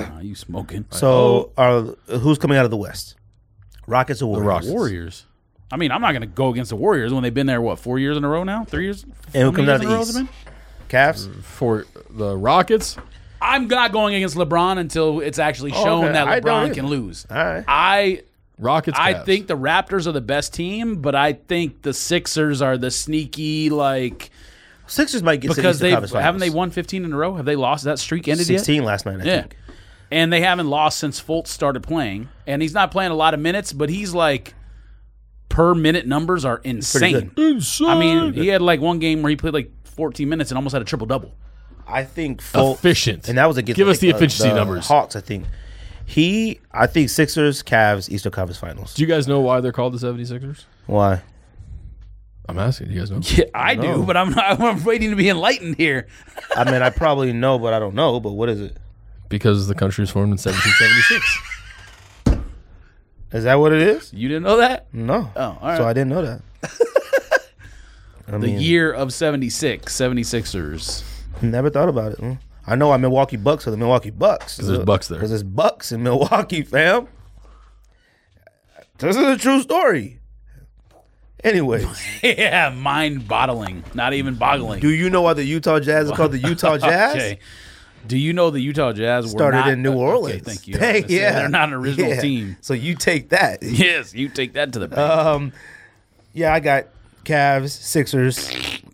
S2: Nah, you smoking? Oh.
S1: So, are who's coming out of the West? Rockets or Warriors?
S3: Rockets.
S2: Warriors. I mean, I'm not gonna go against the Warriors when they've been there what four years in a row now, three years.
S1: And who
S2: How many
S1: comes out
S2: years
S1: of
S2: in
S1: the
S2: a row
S1: East?
S2: has it been?
S1: Cavs.
S2: Mm.
S3: For the Rockets,
S2: I'm not going against LeBron until it's actually shown
S1: Oh, okay.
S2: that
S1: I don't
S2: LeBron
S1: either.
S2: can lose.
S1: All right.
S2: I
S3: Rockets.
S2: I
S3: Cavs.
S2: think the Raptors are the best team, but I think the Sixers are the sneaky like
S1: Sixers might get
S2: because
S1: to the Eastern
S2: they
S1: Conference
S2: haven't they
S1: Finals.
S2: won 15 in a row. Have they lost that streak ended yet?
S1: sixteen last night. I
S2: Yeah.
S1: think.
S2: And they haven't lost since Fultz started playing. And he's not playing a lot of minutes, but he's like per minute numbers are insane.
S3: Insane.
S2: I mean, he had like one game where he played like 14 minutes and almost had a triple double.
S1: I think Fultz,
S3: Efficient.
S1: and that was against
S3: Give
S1: I
S3: us
S1: think,
S3: the efficiency numbers.
S1: Hawks, I think. He, I think Sixers, Cavs, Eastern Conference Finals.
S3: do you guys know why they're called the 76ers?
S1: Why?
S3: I'm asking. Do you guys know?
S2: Yeah, I do,
S1: know.
S2: but I'm not, I'm waiting to be enlightened here.
S1: I mean, I probably know, but I don't know. But what is it?
S3: Because the country was formed in 1776.
S1: Is that what it is?
S2: You didn't know that?
S1: No.
S2: Oh, all right.
S1: So I didn't know that. I
S2: the
S1: mean,
S2: year of 76, 76ers.
S1: never thought about it. mm. I know I'm Milwaukee Bucks are the Milwaukee Bucks. Because
S3: there's Bucks there.
S1: Because there's Bucks in Milwaukee, fam. This is a true story. Anyway,
S2: yeah, mind bottling, not even boggling.
S1: do you know why the Utah Jazz is called the Utah Jazz?
S2: Okay. Do you know the Utah Jazz were
S1: Started
S2: not-
S1: in New
S2: okay,
S1: Orleans.
S2: thank you. I was
S1: Dang,
S2: gonna say,
S1: yeah.
S2: They're not an original
S1: Yeah.
S2: team.
S1: So you take that.
S2: Yes, you take that to the bank.
S1: Um, yeah, I got Cavs, Sixers,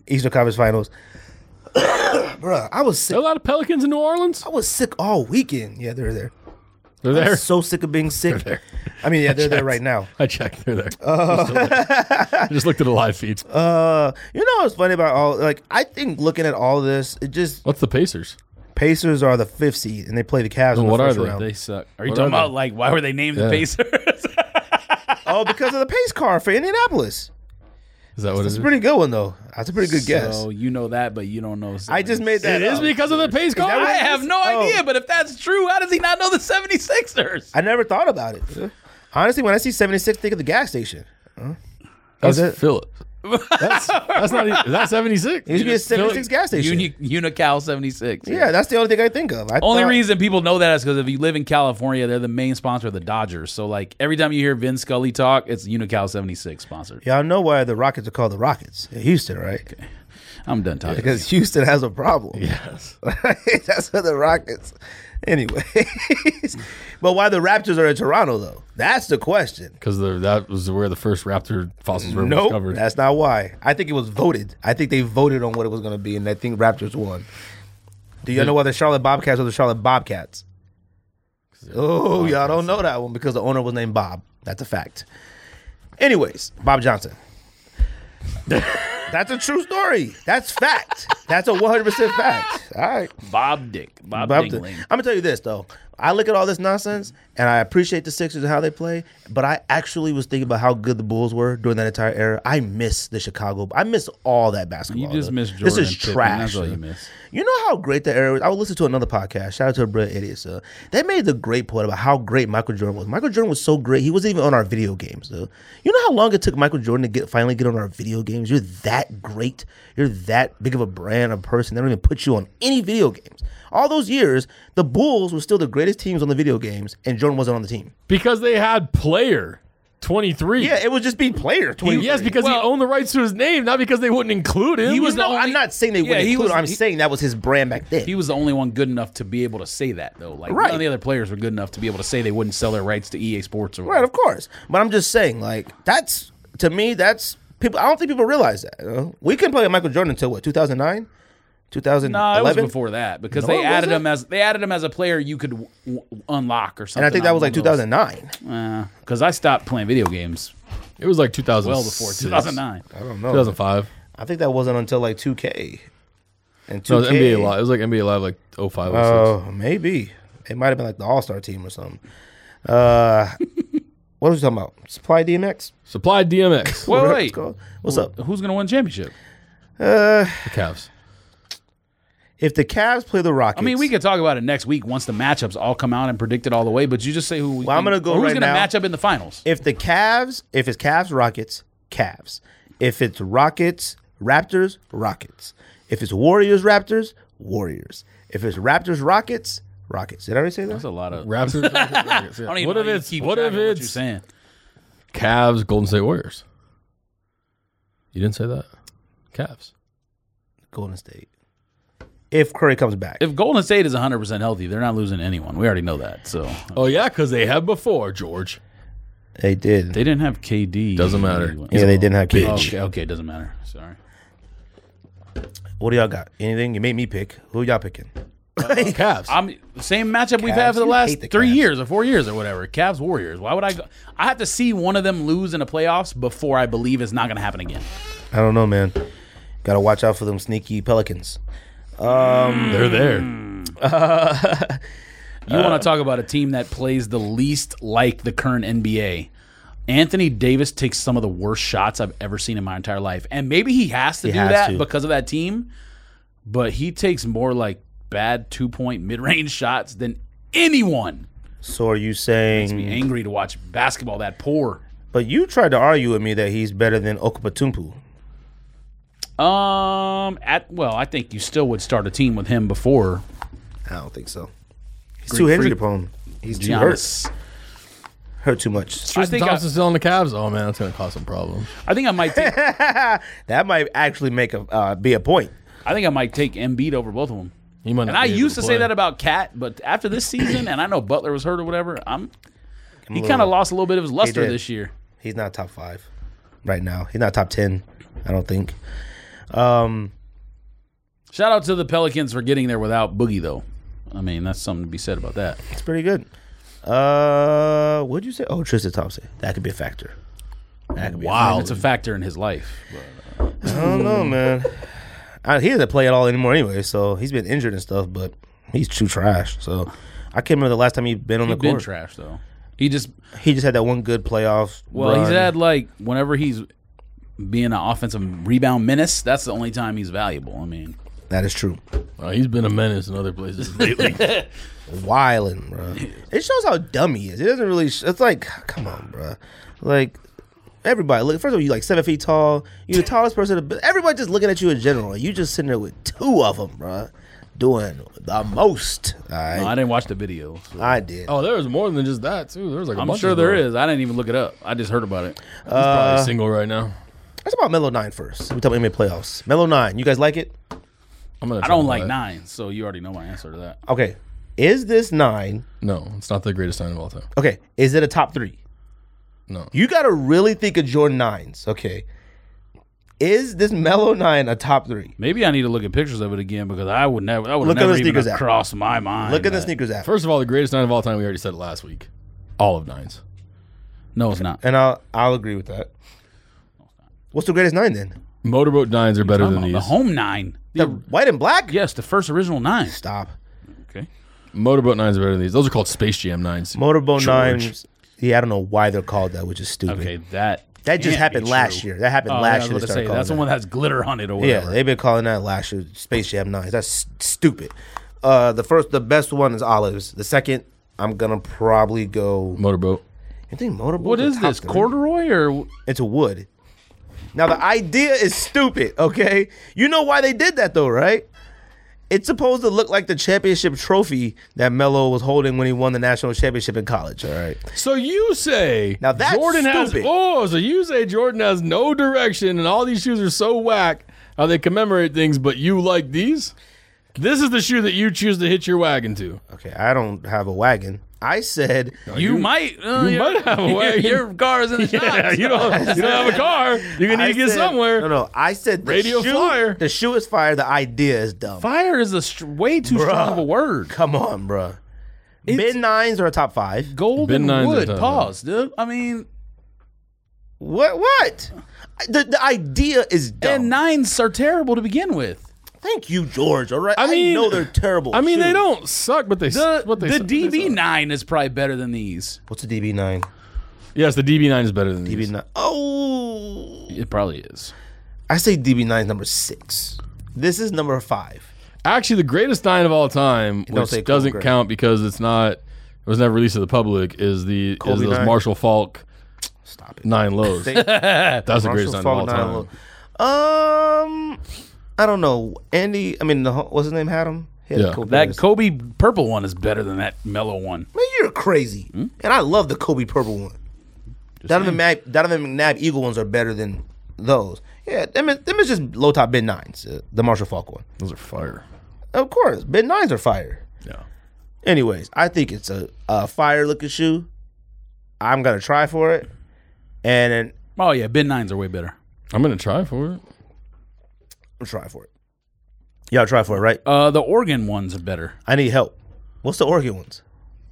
S1: Eastern Conference Finals. Bruh, I was
S3: There
S1: sick.
S2: Oh.
S3: are a lot of Pelicans in New Orleans.
S1: I was sick all weekend. Yeah, they're there.
S3: They're
S1: I'm
S3: there.
S1: so sick of being sick.
S3: there.
S1: I mean, yeah, they're there right now.
S3: I checked. They're there. They're still there. I just looked at the live feed.
S1: Oh. Uh, you know what's funny about all? Like, I think looking at all this, it just
S3: What's the Pacers?
S1: Pacers are the fifth seed, and they play the Cavs. in the
S3: what are
S1: first
S3: they?
S1: round.
S3: They suck.
S2: Are you talking about like why were they named
S3: Yeah.
S2: the Pacers?
S1: Oh, because of the pace car for Indianapolis.
S3: Is that what it
S1: It's
S3: is?
S1: a pretty good one though. That's a pretty good guess.
S2: So you know that, but you don't know.
S1: I just made that.
S3: It is
S1: up.
S3: because of the pace car.
S1: that what
S2: I
S1: it
S2: have
S1: is?
S2: no
S1: Oh.
S2: idea, but if that's true, how does he not know the 76ers?
S1: I never thought about it. Honestly, when I see 76, think of the gas station. Is
S3: That's
S1: it?
S3: Philip. That's, that's not. even- That's seventy six.
S1: It used to be a 76 gas station.
S2: Uni- Unical 76.
S1: yeah, that's the only thing I think of. I
S2: Only
S1: thought-
S2: reason people know that is because if you live in California, they're the main sponsor of the Dodgers. So like every time you hear Vin Scully talk, it's Unical 76 sponsored.
S1: Y'all know why the Rockets are called the Rockets in Houston, right?
S2: I'm done talking.
S1: Because Houston has a problem.
S3: Yes.
S1: that's where the Rockets. Anyway, but why the Raptors are in Toronto though? That's the question.
S3: Because that was where the first raptor fossils were
S1: No,
S3: discovered.
S1: that's not why. I think it was voted. I think they voted on what it was going to be, and I think Raptors won. Do y'all know why the Charlotte Bobcats are the Charlotte Bobcats? Oh, y'all don't know that one because the owner was named Bob. That's a fact. Anyways, Bob Johnson. That's a true story. That's fact. That's a 100% fact. All right.
S2: Bob Dick. Bob,
S1: But I'm,
S2: Dingling.
S1: I'm gonna tell you this though. I look at all this nonsense and I appreciate the Sixers and how they play, but I actually was thinking about how good the Bulls were during that entire era. I miss the Chicago. I miss all that basketball.
S2: You just
S1: though.
S2: miss Jordan.
S1: This is
S2: and Pippen.
S1: trash.
S2: That's all you miss.
S1: You know how great that era was? I would listen to another podcast. Shout out to a brilliant idiot. So they made the great point about how great Michael Jordan was. Michael Jordan was so great, he wasn't even on our video games, though. You know how long it took Michael Jordan to get finally get on our video games? You're that great. You're that big of a brand, a person. They don't even put you on any video games. All those years, the Bulls were still the greatest teams on the video games, and Jordan wasn't on the team.
S3: Because they had player twenty three.
S1: Yeah, it would just be player. 20
S3: Yes, because he owned the rights to his name, not because they wouldn't include him.
S2: He was
S1: no,
S2: the
S1: I'm
S2: only-
S1: not saying they
S2: Yeah,
S1: wouldn't
S2: he
S1: include
S2: was-
S1: him. I'm
S2: he-
S1: saying that was his brand back then.
S2: He was the only one good enough to be able to say that though. Like
S1: Right.
S2: none of the other players were good enough to be able to say they wouldn't sell their rights to EA Sports or
S1: Right, of course. But I'm just saying, like, that's to me, that's people. I don't think people realize that. you know? We couldn't play with Michael Jordan until what, 2009,
S2: No, it was
S1: 2011.
S2: before that
S1: No,
S2: because they
S1: it
S2: added
S1: wasn't.
S2: him as they added him as a player you could w- w- unlock or something.
S1: and I think that was like 2009.
S2: Because I stopped playing video games
S3: It was like two thousand.
S2: well before 2009.
S1: I don't
S3: Two
S1: know.
S3: thousand five.
S1: I think that wasn't until like 2K. And 2K.
S3: No, it was NBA Live. It was like NBA Live, like 05, 06.
S1: Oh, maybe it might have been like the All Star team or something. Uh, what was we talking about? Supply DMX.
S3: Supply DMX.
S2: Wait,
S1: Whatever
S2: wait,
S1: it's called. What's up?
S2: who's gonna win championship?
S3: the Cavs.
S1: If the Cavs play the Rockets,
S2: I mean, we could talk about it next week once the matchups all come out and predict it all the way. But you just say who. we
S1: Well, I'm
S2: think-
S1: gonna go
S2: or Who's
S1: right
S2: gonna
S1: now.
S2: match up in the finals?
S1: if the Cavs, if it's Cavs, Rockets, Cavs. If it's Rockets, Raptors, Rockets. If it's Warriors, Raptors, Warriors. If it's Raptors, Rockets, Rockets. Did I already say that?
S2: That's a lot of.
S3: Raptors.
S2: I don't
S3: Yeah.
S2: even
S3: What
S2: know
S3: if
S2: how you
S3: it's
S2: keep
S3: what
S2: track
S3: if
S2: of what you're
S3: it's
S2: saying?
S3: Cavs, Golden State Warriors? You didn't say that. Cavs.
S1: Golden State. If Curry comes back.
S2: If Golden State is 100 percent healthy, they're not losing anyone. We already know that. So
S3: Oh yeah, because they have before George.
S1: They did.
S2: They didn't have KD.
S3: Doesn't matter.
S2: Anyway.
S1: yeah, they didn't have
S2: Oh,
S1: kids.
S2: okay, okay, doesn't matter. Sorry.
S1: What do y'all got? Anything? You made me pick. Who y'all picking?
S3: Cavs.
S2: I'm same matchup we've had for the
S1: Cavs. You
S2: last
S1: hate the
S2: three
S1: Cavs.
S2: years or four years or whatever. Cavs Warriors. Why would I go? I have to see one of them lose in the playoffs before I believe it's not going to happen again.
S1: I don't know, man. Got to watch out for them sneaky pelicans.
S2: Mm.
S3: They're there.
S2: You want to talk about a team that plays the least like the current NBA? Anthony Davis takes some of the worst shots I've ever seen in my entire life, and maybe he has to do
S1: has
S2: that
S1: to.
S2: because of that team. But he takes more like bad two point mid range shots than anyone.
S1: So are you
S2: Be
S1: saying?
S2: angry to watch basketball that poor.
S1: But you tried to argue with me that he's better than Okapatumpu.
S2: Um, at well, I think you still would start a team with him before
S1: I don't think so. He's too injury
S2: freak.
S1: prone. He's too hurt.
S2: Giannis.
S1: Hurt too much.
S2: I
S3: Tristan
S2: think I,
S3: Thompson's still on the Cavs. Oh man, that's gonna cause some problems.
S2: I think I might take,
S1: That might actually make a uh, be a point.
S2: I think I might take Embiid over both of them.
S3: He might
S2: And
S3: not
S2: I
S3: be able
S2: used to say
S3: play.
S2: that about Cat, but after this season, and I know Butler was hurt or whatever, I'm he
S1: a
S2: kind of
S1: little-
S2: lost a little bit of his luster
S1: did.
S2: this year.
S1: He's not top five right now. He's not top ten. I don't think. Um,
S2: Shout out to the Pelicans for getting there without Boogie, though. I mean, that's something to be said about that.
S1: it's pretty good. Uh, what'd you say? Oh, Tristan Thompson. That could be a factor. That could be
S2: And
S1: wow.
S2: it's a factor in his life.
S1: I don't know, man. I, he doesn't play at all anymore anyway, so he's been injured and stuff, but he's true trash. So I can't remember the last time he's been on
S2: He's
S1: the
S2: been
S1: court.
S2: trash though. He just
S1: he just had that one good playoff.
S2: well, he's
S1: run.
S2: had like whenever he's being an offensive rebound menace, that's the only time he's valuable. I mean,
S1: That is true.
S3: Uh, he's been a menace in other places lately.
S1: Wildin', bro. It shows how dumb he is. It doesn't really. Sh- it's like, come on, bro. Like everybody. Look, first of all, you like seven feet tall. You're the tallest person. But everybody just looking at you in general. You just sitting there with two of them, bro, doing the most. All
S2: no, I
S1: right,
S2: didn't watch the video. so-
S1: I did.
S3: oh, there was more than just that too. There was like a
S2: I'm
S3: bunch
S2: sure
S3: of
S2: there
S3: them.
S2: is. Uh, I didn't even look it up. I just heard about it.
S3: He's probably single right now.
S1: Let's talk about Melo Nine first. We talk about NBA playoffs. Melo Nine. You guys like it?
S3: I'm gonna
S2: I
S3: talk
S2: don't
S3: about
S2: like
S3: it.
S2: nine, so you already know my answer to that.
S1: Okay. Is this nine?
S3: No, it's not the greatest sign of all time.
S1: Okay. Is it a top three?
S3: No.
S1: You gotta really think of your nines. Okay. Is this Melo Nine a top three?
S2: Maybe I need to look at pictures of it again because I would never. That would
S1: Look at
S2: never
S1: the
S2: even
S1: sneakers app.
S2: cross my mind.
S1: Look at the
S2: that-
S1: sneakers app.
S3: First of all, the greatest nine of all time. We already said it last week. All of nines.
S2: No, it's not.
S1: And I'll I'll agree with that. What's the greatest nine then?
S3: Motorboat nines are better
S2: Come
S3: than
S2: on,
S3: these.
S2: the home nine.
S1: The white and black?
S2: Yes, the first original nine.
S1: Stop.
S2: Okay.
S3: Motorboat nines are better than these. Those are called Space Jam nines.
S1: Motorboat
S3: George.
S1: nines. Yeah, I don't know why they're called that, which is stupid.
S2: Okay, that
S1: That just
S2: can't
S1: happened
S2: be
S1: last
S2: true.
S1: year. That happened
S2: Oh, yeah, I
S1: last year.
S2: was about
S1: They
S2: to
S1: started
S2: say, that's the
S1: calling
S2: one that's glitter hunted or
S1: Yeah,
S2: whatever.
S1: they've been calling that last year Space Jam Nines. That's s- stupid. Uh, the first, the best one is Olives. The second, I'm gonna probably go.
S3: Motorboat.
S1: You think Motorboat?
S2: what is this corduroy or
S1: It's a wood. Now the idea is stupid. Okay, you know why they did that though, right? It's supposed to look like the championship trophy that Melo was holding when he won the national championship in college. All right,
S3: So you say
S1: Now that's
S3: Jordan has
S1: stupid.
S3: oh, so you say Jordan has no direction, and all these shoes are so whack how they commemorate things, but you like these. This is the shoe that you choose to hit your wagon to.
S1: okay. I don't have a wagon. I said
S2: you, might uh,
S3: you
S2: your-
S3: might have a way.
S2: your car is in the shop.
S3: Yeah, you don't, you don't have a car. You're gonna need
S1: I
S3: to get
S1: said-
S3: somewhere.
S1: No, no. I said the
S3: Radio
S1: shoe,
S3: flyer.
S1: The shoe is fire. The idea is dumb.
S2: Fire is a str- way too strong of a word.
S1: Come on, bruh. Mid nines are a top five.
S2: Gold
S3: Ben
S2: and
S3: Nines are
S2: wood.
S3: tough,
S2: Pause, dude. I mean,
S1: What? What? The, the idea is dumb.
S2: and nines are terrible to begin with.
S1: Thank you, George. All right. I,
S3: I mean-
S1: know they're terrible.
S3: I mean, they
S1: shoes.
S3: don't suck, but they
S2: The,
S3: but they
S2: the
S3: suck.
S2: DB nine is probably better than these.
S1: What's a DB nine?
S3: Yes, the DB nine is better than
S1: DB
S3: these.
S1: nine. Oh,
S2: It probably is.
S1: I say DB nine is number six. This is number five.
S3: Actually, the greatest nine of all time,
S1: don't say Kobe
S3: which doesn't
S1: Bryant.
S3: count because it's not it was never released to the public, is the is
S1: Kobe
S3: those
S1: nine.
S3: Marshall Falk
S1: Stop it.
S3: nine lows.
S1: They-
S3: That's the greatest
S1: Marshall
S3: nine of all
S1: Falk, nine
S3: time.
S1: low. Um, I don't know. Andy. I mean, the, whole- what's his name? Had him. He had a
S3: Yeah.
S1: cool
S2: That
S1: pass.
S2: Kobe purple one is better than that mellow one.
S1: Man, you're crazy. And I love the Kobe purple one. Donovan, Mac, Donovan McNabb Eagle ones are better than those. Yeah, them is, them is just low top mid nines. Uh, the Marshall Falk one,
S3: Those are fire.
S1: of course, mid nines are fire.
S3: Yeah.
S1: Anyways, I think it's a, a fire looking shoe. I'm gonna try for it, and then
S2: Oh yeah, Ben nines are way better.
S3: I'm gonna try for it.
S1: I'm trying for it. Y'all try for it, right?
S2: Uh, the Oregon ones are better.
S1: I need help. What's the Oregon ones?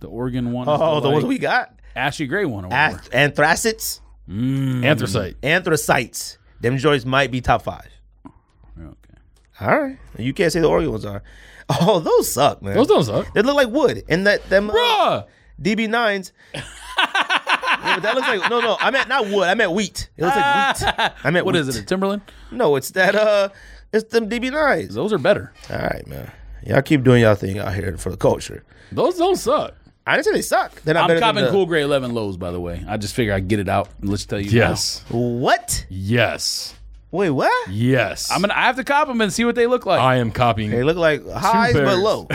S2: The Oregon ones.
S1: Oh,
S2: are
S1: the ones
S2: like
S1: we Ah, got.
S2: ashy gray one. Or whatever.
S1: Ath- anthracites,
S3: Anthracite.
S1: anthracites. Them joints might be top five.
S2: okay.
S1: All right, you can't say the Oregon ones are. Oh, those suck, man.
S3: Those don't suck.
S1: they look like wood, and that them uh,
S2: Ah,
S3: Bruh.
S1: DB nines. Yeah, but that looks like no, no. I meant not wood. I meant wheat. It looks like wheat. I meant
S2: What
S1: wheat.
S2: is it? A Timberland?
S1: No, it's that. Uh, it's them DB nines.
S2: Those are better.
S1: All right, man. Y'all keep doing y'all thing out here for the culture.
S3: Those don't suck.
S1: I didn't say they suck. They're not
S2: I'm
S1: better than
S2: copping
S1: the-
S2: cool gray eleven lows. By the way, I just figure I get it out. Let's tell you. now.
S3: Yes.
S1: What?
S3: Yes.
S1: Wait, what?
S3: Yes.
S2: I'm gonna. I have to cop them and see what they look like.
S3: I am copying.
S1: They look like highs but
S3: bears.
S1: low.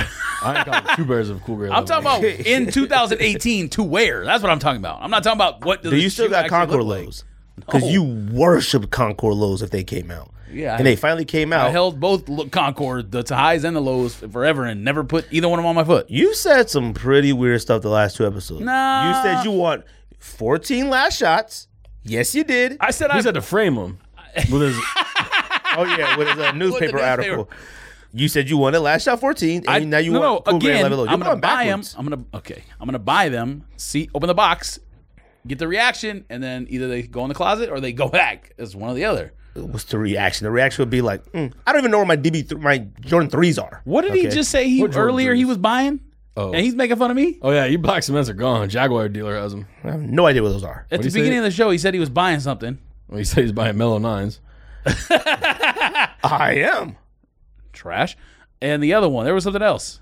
S3: I am copying two bears of cool gray.
S2: I'm talking
S3: lemonade.
S2: about in 2018 to wear. That's what I'm talking about. I'm not talking about what.
S1: Do you still got Concord lows? Because
S2: No.
S1: you worship Concord lows if they came out.
S2: Yeah, I-
S1: and they finally came
S2: I
S1: out.
S2: held both lo- Concord, the highs and the lows, forever, and never put either one of them on my foot.
S1: you said some pretty weird stuff the last two episodes.
S2: Nah.
S1: You said you want 14 last shots. Yes, you did.
S2: I said I
S3: He's had to frame them with his
S1: oh yeah, with a newspaper
S2: newspaper.
S1: article. You said you wanted last shot 14, and
S2: I,
S1: you- now you
S2: no,
S1: want
S2: no,
S1: cool
S2: again,
S1: grade level low. You're
S2: I'm gonna
S1: going
S2: buy them.
S1: backwards.
S2: I'm gonna okay. I'm gonna buy them. See, open the box, get the reaction, and then either they go in the closet or they go back. It's one or the other.
S1: What's the reaction? The reaction would be like, mm, I don't even know where my DB, th- my Jordan threes are.
S2: What did he
S1: Okay.
S2: just say? He
S3: What Jordan
S2: earlier he
S3: threes?
S2: was buying,
S3: Oh.
S2: and he's making fun of me
S3: Oh yeah, you black cements are gone. Jaguar dealer has them.
S1: I have no idea what those are.
S2: at
S3: What'd
S2: the
S3: he say?
S2: beginning of the show. He said he was buying something.
S3: Well, he said he's buying mellow nines.
S1: I am.
S2: trash. And the other one, there was something else.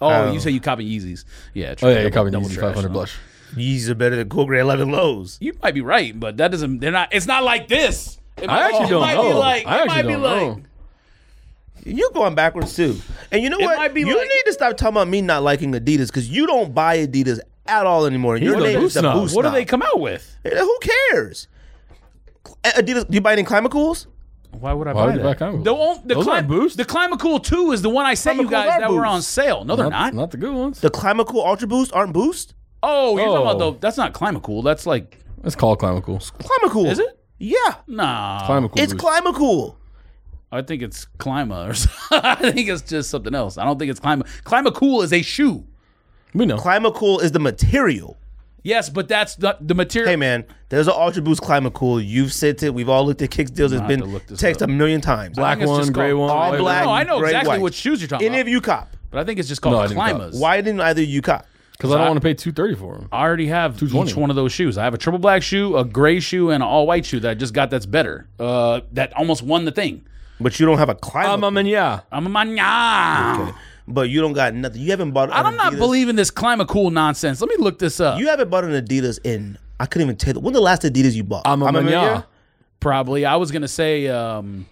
S2: Oh, you say you copy Yeezys? Yeah,
S3: Oh
S2: trash.
S3: yeah, you're copying
S2: Double
S3: Yeezy
S2: trash,
S3: 500
S2: huh?
S3: blush.
S1: These are better than cool grade 11 lows.
S2: You might be right, but that doesn't. They're not. It's not like this. It might,
S3: I actually
S2: Oh, it
S3: don't
S2: might Be
S3: know.
S2: like,
S3: I
S2: it
S3: actually
S2: might be
S3: don't
S2: like,
S3: know.
S1: You're going backwards too. And you know what?
S2: might be
S1: you
S2: like-
S1: need to stop talking about me not liking Adidas because you don't buy Adidas at all anymore. Your
S3: a
S1: name
S3: boot
S1: is the
S3: snob.
S1: boost.
S2: What do they come out with?
S1: Who cares? Adidas, do you buy any climate cools?
S2: Why would I
S3: Why
S2: buy
S3: would you buy
S2: that?
S3: Climacool?
S2: The, on- the,
S3: Those aren't
S2: clim-
S3: Boost.
S2: the Climacool 2 is the one I sent you
S1: Climacools
S2: guys
S1: are
S2: that were
S1: Boost.
S2: on sale. No, they're not.
S3: not, the good ones.
S1: The climate cool Ultra Boost aren't Boost?
S2: Oh, you're talking
S3: Oh.
S2: about the. That's not Climacool. That's like.
S3: It's called Climacool.
S1: Climate cool.
S2: Is it?
S1: Yeah.
S2: Nah.
S3: Climacool.
S1: It's
S3: boost.
S1: climate cool.
S2: I think it's Clima or something. I think it's just something else. I don't think it's Clima. Climacool is a shoe.
S3: we know.
S1: Climate cool is the material.
S2: Yes, but that's not the material.
S1: Hey man, there's an Ultra Boost Climate Cool. You've sent it. We've all looked at Kicks deals. It's
S2: have
S1: been
S2: to look this
S1: texted a million times.
S3: black
S2: it's
S3: one,
S2: just
S3: gray
S2: called
S3: one,
S1: all
S3: white
S1: black.
S2: No,
S3: one.
S2: I know
S1: gray,
S2: exactly
S1: white.
S2: what shoes you're talking
S1: Any
S2: about.
S1: of you cop?
S2: but I think it's just
S3: No, I
S2: called
S3: didn't
S2: Climas.
S1: Why didn't either of you cop?
S3: Because I don't want to pay 230 for them.
S2: I already have
S3: 220.
S2: each one of those shoes. I have a triple black shoe, a gray shoe, and an all white shoe that I just got. That's better. Uh, that almost won the thing.
S1: But you don't have a climate.
S3: Um, I mean, yeah.
S2: I'm a mania.
S1: but you don't got nothing. You haven't bought. An
S2: I'm not
S1: Adidas-
S2: believing this climate cool nonsense. Let me look this up.
S1: You haven't bought an Adidas in. I couldn't even tell. you. When the last Adidas you bought?
S3: I'm a
S1: Ama
S3: mania.
S2: Probably. I was gonna say um,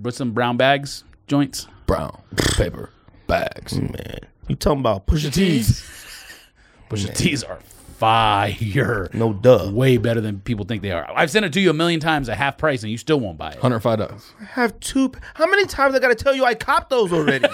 S2: with some brown bags joints.
S3: Brown paper bags.
S1: Mania? Man, you talking about Pusha T's?
S2: But your tees are fire.
S1: No duh.
S2: Way better than people think they are. I've sent it to you a million times at half price, and you still won't buy it.
S3: 105 dollars.
S1: I have two. p- How many times I gotta tell you I copped those already?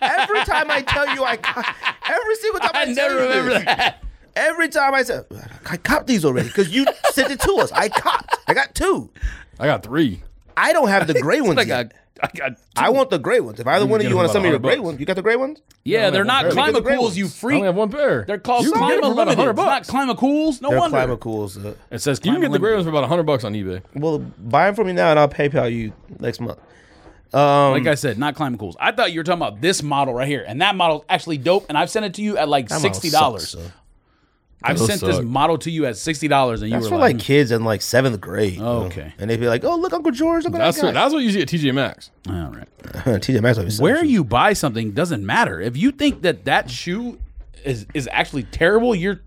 S1: every time I tell you I, cop, every single time I,
S2: I
S1: tell
S2: never
S1: you this.
S2: remember that.
S1: Every time I said I copped these already because you sent it to us. I copped. I got two.
S3: I got three.
S1: I don't have the gray ones.
S2: I
S1: yet. I,
S2: got, I got
S1: want the gray ones. If either one of you
S3: get them
S1: want to
S3: about
S1: send me your gray
S3: 100 bucks.
S1: ones, you got the gray ones.
S2: Yeah, they're not
S3: I only have
S1: one
S2: climate
S1: pair. Look at the
S2: cools,
S1: gray
S2: you
S1: ones.
S3: I
S2: freak.
S3: only have one pair.
S2: They're called
S3: You can get
S2: climate
S3: them for about
S2: limited.
S3: 100
S2: It's not
S3: bucks.
S2: climate cools. No
S1: They're
S2: wonder
S1: climate cools. Uh,
S2: it says
S3: You
S2: climate
S3: can get the gray
S2: limited.
S3: ones for about 100 bucks on eBay.
S1: well, buy them for me now, and I'll PayPal you next month. Um,
S2: Like I said, not climate cools. I thought you were talking about this model right here, and that model's actually dope. And I've sent it to you at like
S1: That model
S2: sixty dollars.
S1: sucks, though.
S2: I've
S3: Those
S2: sent this
S3: suck.
S2: model to you at sixty dollars, and you
S1: That's for
S2: were
S1: like,
S2: like,
S1: kids in like seventh grade. you know?
S2: Okay.
S1: And they'd be like, "Oh, look, Uncle George, look at
S3: That's
S1: that
S3: what,
S1: guy."
S3: that's what you see at TJ Maxx.
S2: "All right."
S1: TJ Maxx. might be
S2: Where
S1: selling
S2: you buy something doesn't matter. If you think that that shoe is is actually terrible, you're.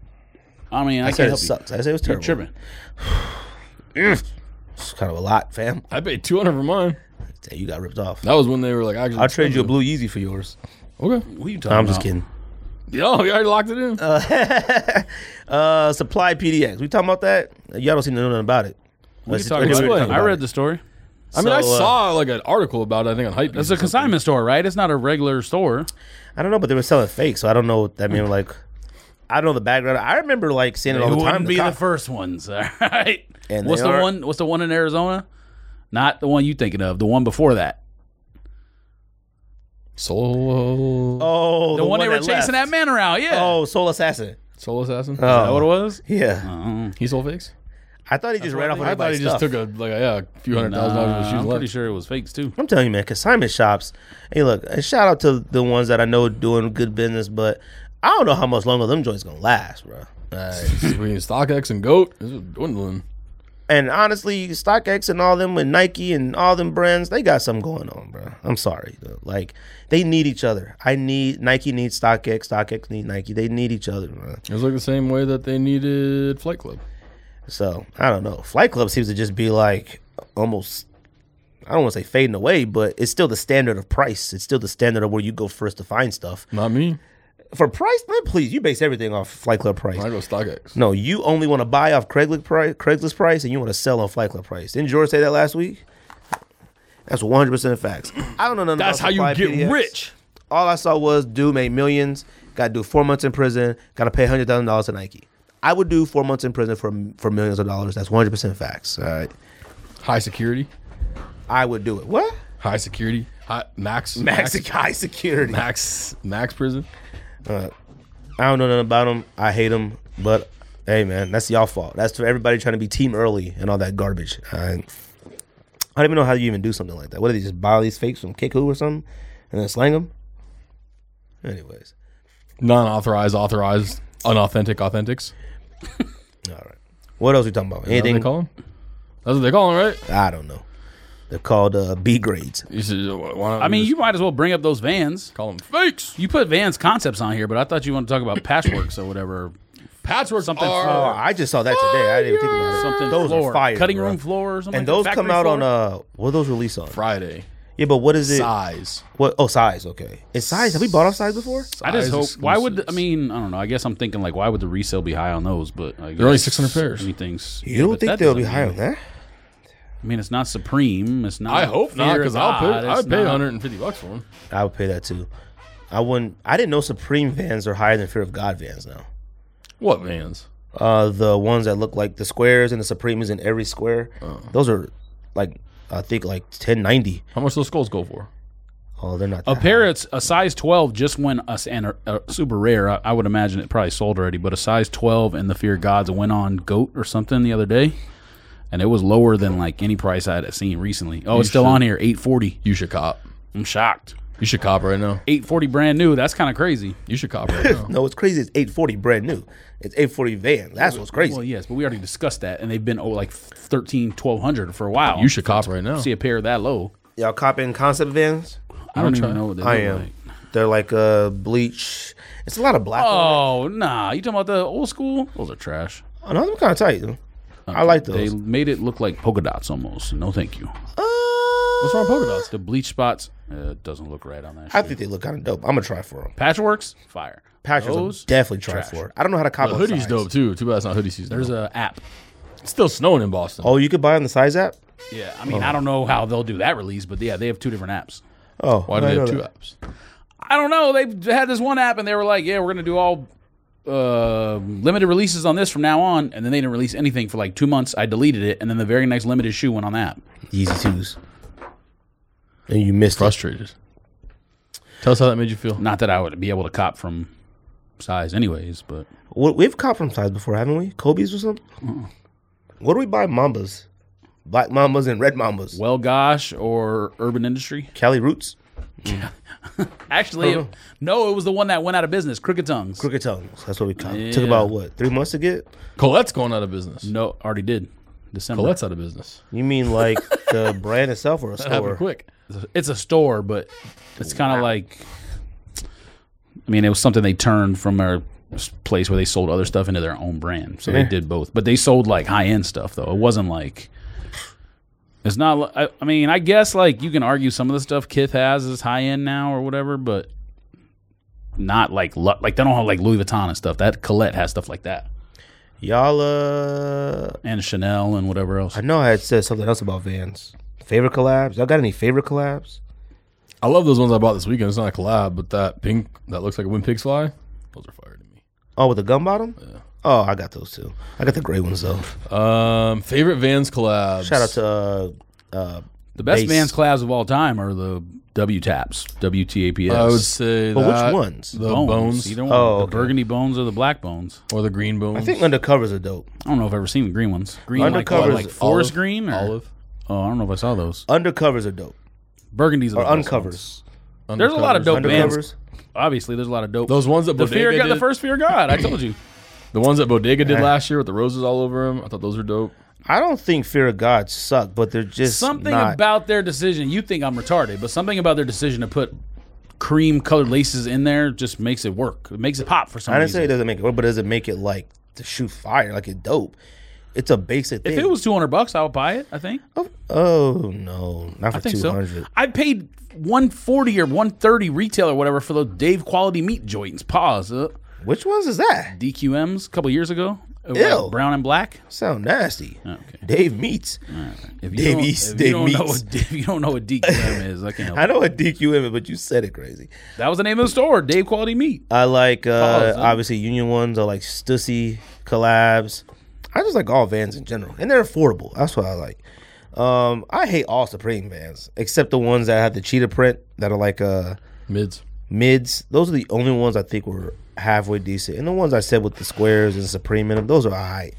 S2: I mean,
S1: shit. I
S2: I,
S1: said
S2: can't
S1: it
S2: help
S1: sucks. I said it was
S2: you.
S1: terrible. Mm.
S2: You're tripping.
S1: It's kind of a lot, fam.
S3: I paid 200 for mine.
S1: Damn, You got ripped off.
S3: That was when they were like, actually.
S1: I'll trade you a blue Yeezy for yours.
S3: Okay.
S2: What are you talking
S1: I'm
S2: about?
S1: just kidding.
S3: Yo, you already locked it in.
S1: Uh, Supply PDX. We talking about that? Y'all don't seem to know nothing about it. Let's-
S3: talking
S1: let's
S3: about
S1: talk
S3: it.
S1: about
S2: I read the story.
S3: I mean, I
S1: so, uh,
S3: saw like an article about it, I think, on Hype.
S2: It's a consignment store, right? It's not a regular store.
S1: I don't know, but they were selling fake, so I don't know what that mean. Like, I know the background. I remember like seeing it all
S2: Who
S1: the time.
S2: wouldn't
S1: The
S2: be
S1: cop-
S2: the first ones? All right.
S1: And
S2: what's
S1: they
S2: the
S1: are-
S2: one? What's the one in Arizona? Not the one you thinking of. The one before that.
S3: Soul
S1: oh,
S2: The, one, they were
S1: that
S2: chasing that
S1: left.
S2: man around. Yeah.
S1: Oh, Soul Assassin.
S3: Soul Assassin. Is
S1: Oh.
S3: that what it was?
S1: Yeah,
S2: Mm-hmm.
S3: He sold fakes.
S1: I thought he just ran off with
S3: I thought he
S1: everybody's
S3: just
S1: stuff.
S3: took a like yeah, a few hundred thousand dollars
S2: Nah,
S3: of shoes
S2: I'm
S3: left.
S2: pretty sure it was fakes too.
S1: I'm telling you, man, consignment shops. Hey, look, and shout out to the ones that I know doing good business, but I don't know how much longer them joints gonna last, bro.
S3: Between StockX and Goat, this is dwindling.
S1: And honestly, StockX and all them with Nike and all them brands, they got something going on, bro. I'm sorry. though. Like they need each other. I need Nike needs StockX, StockX need Nike. They need each other, bro.
S3: It was like the same way that they needed Flight Club.
S1: So I don't know. Flight Club seems to just be like almost. I don't want to say fading away, but it's still the standard of price. It's still the standard of where you go first to find stuff.
S3: Not me.
S1: For price, man, please, you base everything off Flight Club price.
S3: I go StockX.
S1: No, you only want to buy off Craigslist price, Craigslist price, and you want to sell on Flight Club price. Didn't George say that last week? That's one hundred percent facts. I don't know. Nothing
S3: That's
S1: about
S3: how you
S1: Supply
S3: get
S1: PDFs.
S3: rich.
S1: All I saw was dude made millions, got to do four months in prison, got to pay hundred thousand dollars to Nike. I would do four months in prison for for millions of dollars. That's one hundred percent facts. All right,
S3: High security.
S1: I would do it. What?
S3: High security. High, max.
S1: Max high security.
S3: Max. Max prison.
S1: I don't know nothing about them. I hate them, but hey, man, that's y'all fault. That's for everybody trying to be team early and all that garbage. I, I don't even know how you even do something like that. What do they just buy all these fakes from Kiku or something and then slang them? Anyways,
S3: Non-authorized. Authorized. Unauthentic. Authentics.
S1: all right. What else we talking about?
S3: That's what they
S1: Anything?
S3: call them. That's what they call them, right?
S1: I don't know. They're called uh, B grades.
S3: You should, why don't
S2: I mean,
S3: just
S2: you might as well bring up those vans.
S3: call them fakes.
S2: You put Vans concepts on here, but I thought you wanted to talk about patchworks or whatever.
S3: Patchwork
S2: Something
S1: Oh,
S3: are-
S1: I just saw that today. I didn't even think about it.
S2: Something
S1: those
S2: floor,
S1: are fire.
S2: cutting
S1: bro.
S2: room floor or something.
S1: And
S2: like
S1: those
S2: that,
S1: come
S2: factory
S1: out
S2: floor?
S1: on uh, what are those release on?
S3: Friday.
S1: Yeah, but what is it?
S3: Size.
S1: What? Oh, size. Okay, it's size. Have we bought off size before?
S2: I just
S3: Size
S2: hope. Why would the, I
S3: exclusives.
S2: mean? I don't know. I guess I'm thinking like, why would the resale be high on those? But I guess
S3: only 600 pairs.
S2: Anything's
S1: You don't think they'll be high
S2: higher?
S1: on that?
S2: I mean, it's not Supreme. It's not.
S3: I hope not,
S2: Fear of
S3: because I'll
S2: God,
S3: pay. I
S2: it's
S3: would pay
S2: not-
S3: 150 bucks for them.
S1: I would pay that too. I wouldn't. I didn't know Supreme vans are higher than Fear of God vans now.
S3: What vans?
S1: Uh, the ones that look like the squares and the Supreme is in every square. Those are like I think like ten ninety.
S3: How much those skulls go for?
S1: Oh, they're not.
S2: A
S1: that
S2: pair, it's a size 12 just went us and a, a super rare. I, I would imagine it probably sold already, but a size 12 and the Fear of Gods went on Goat or something the other day, and it was lower than like any price I had seen recently. Oh, it's still on here, 840.
S3: You should cop.
S2: I'm shocked.
S3: You should cop right now.
S2: 840 brand new. That's kind of crazy.
S3: You should cop right now.
S1: high. No, what's crazy is eight forty brand new. It's eight forty van. That's what's crazy.
S2: Well, yes, but we already discussed that, and they've been oh like 13, 1200 for a while.
S3: You should cop right now.
S2: see a pair that low.
S1: Y'all copying concept vans?
S2: I don't even know what they
S1: I
S2: look
S1: am.
S2: like.
S1: They're like uh bleach. It's a lot of black. Oh,
S2: Oh nah, you talking about the old school? Those are trash.
S1: no, they're kind of tight. though. I like those.
S2: Uh, They made it look like polka dots almost. No, thank you.
S1: Uh,
S2: What's wrong with polka dots? The bleach spots uh, doesn't look right on that.
S1: I
S2: Shit.
S1: think they look kind of dope. I'm gonna try for them.
S2: Patchworks, fire.
S1: Patches will
S2: Those,
S1: definitely try
S2: trash.
S1: for it. I don't know how to cop
S3: The
S1: on
S3: hoodie's
S1: size.
S3: dope too. Too bad it's not hoodie season.
S2: There's a app.
S3: it's still snowing in Boston.
S1: Oh, you could buy on the size app.
S2: Yeah, I mean, I don't know how they'll do that release, but yeah, they have two different apps.
S1: Oh,
S3: Why do
S1: I
S3: they
S1: know
S3: have two
S1: that.
S3: apps?
S2: I don't know. They had this one app, and they were like, "Yeah, we're gonna do all uh, limited releases on this from now on," and then they didn't release anything for like two months. I deleted it, and then the very next limited shoe went on the app.
S1: Yeezy twos. And you missed it.
S3: Frustrated. Tell us how that made you feel.
S2: Not that I would be able to cop from size, anyways, but
S1: What, we've caught from size before, haven't we? Kobe's or something. What do we buy? Mambas, black mambas and red mambas.
S2: well, gosh, or Urban Industry.
S1: Cali roots,
S2: Actually, it- no, it was the one that went out of business, Crooked Tongues.
S1: crooked tongues. That's what we caught. Took about what three months to get.
S3: Colette's going out of business.
S2: no, already did. December.
S3: Colette's out of business.
S1: You mean like the brand itself or a
S3: Happened
S1: store?
S3: quick.
S2: It's a store, but it's kind of like. I mean, it was something they turned from a s- place where they sold other stuff into their own brand, so
S1: Yeah.
S2: they did both. But they sold like high end stuff, though. It wasn't like. It's not. li- I, I mean, I guess like you can argue some of the stuff Kith has is high end now or whatever, but not like lu- like they don't have like Louis Vuitton and stuff. That Colette has stuff like that
S1: Y'all, uh,
S2: and Chanel and whatever else.
S1: I know I had said something else about Vans. Favorite collabs? Y'all got any favorite collabs?
S3: I love those ones I bought this weekend. It's not a collab, but that pink that looks like a when pigs fly. Those are fire to me.
S1: Oh, with the gum bottom. Oh, I got those too. I got the gray ones though.
S3: Um, favorite Vans collabs.
S1: Shout out to uh, uh,
S2: The best
S1: Base.
S2: Vans collabs of all time are the W Taps, W T A P S.
S3: I would say
S1: but
S3: that,
S2: Uh,
S1: which ones?
S3: The bones,
S2: Either one.
S1: Oh,
S2: the
S1: okay.
S2: burgundy bones or the black bones.
S3: or the green bones.
S1: I think undercovers are dope.
S2: I don't know if I've ever seen the green ones. Green like, what,
S1: Undercovers
S2: like
S1: is
S2: forest
S3: olive,
S2: green or
S3: olive.
S2: Oh, I don't know if I saw those.
S1: Undercovers are dope.
S2: Burgundies
S1: Or
S2: are the best
S1: uncovers.
S2: ones. There's a lot of
S3: Undercovers.
S2: dope bands.
S1: Undercovers.
S2: Obviously, there's a lot of dope.
S3: Those ones that
S2: the fear,
S3: Bodega
S2: of God, the
S3: did-
S2: first fear of God. I told you.
S3: The ones that Bodega did last year with the roses all over them. I thought those were dope.
S1: I don't think Fear of God suck, but they're just
S2: something
S1: not-
S2: about their decision. You think I'm retarded, but something about their decision to put cream colored laces in there just makes it work. It makes it pop for some
S1: I didn't
S2: reason.
S1: say it doesn't make it work, but does it make it like to shoot fire? Like it's dope. It's a basic thing.
S2: if it was 200 bucks, I would buy it. I think.
S1: oh, oh, no, not
S2: I
S1: for
S2: think
S1: two hundred.
S2: so. I paid 140 or 130 retail or whatever for those Dave quality meat joints. Pause. Uh,
S1: Which ones is that?
S2: DQMs a couple years ago. It was
S1: Ew.
S2: like brown and black.
S1: Sound nasty.
S2: Okay.
S1: Dave meats.
S2: If you
S1: Dave
S2: don't,
S1: East,
S2: if
S1: Dave
S2: you don't know
S1: Meats.
S2: what if you don't know what DQM is, I can't help.
S1: I know a DQM, but you said it crazy.
S2: you. That was the name of the store, Dave Quality Meat.
S1: I like uh,
S2: Pause, huh?
S1: obviously union ones. I like Stussy collabs. I just like all Vans in general, and they're affordable. That's what I like. Um, I hate all Supreme Vans except the ones that have the cheetah print that are like uh,
S3: Mids.
S1: mids. Those are the only ones I think were halfway decent, and the ones I said with the squares and Supreme in them, those are alright.